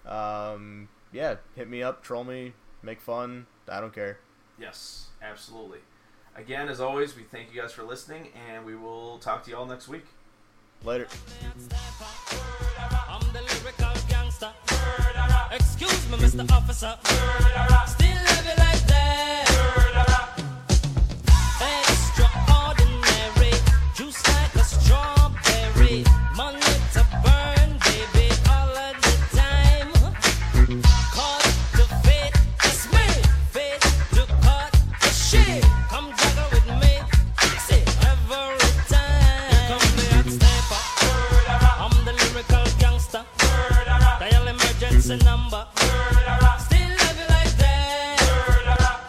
B: Um, yeah, hit me up, troll me, make fun. I don't care.
C: Yes, absolutely. Again, as always, we thank you guys for listening, and we will talk to you all next week.
B: Later.
A: I'm the lyrical gangster. Excuse me, Mr. Officer. Still love you like that. Extraordinary, juice like a strawberry. Money to burn, baby, all of the time. Caught the fit, it's me. Fit to cut the shit. Come juggle with me, fix it every time. Here come the hot stepper. I'm the lyrical gangster. Dial emergency number. Still love you like that.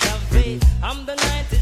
A: I'm the 90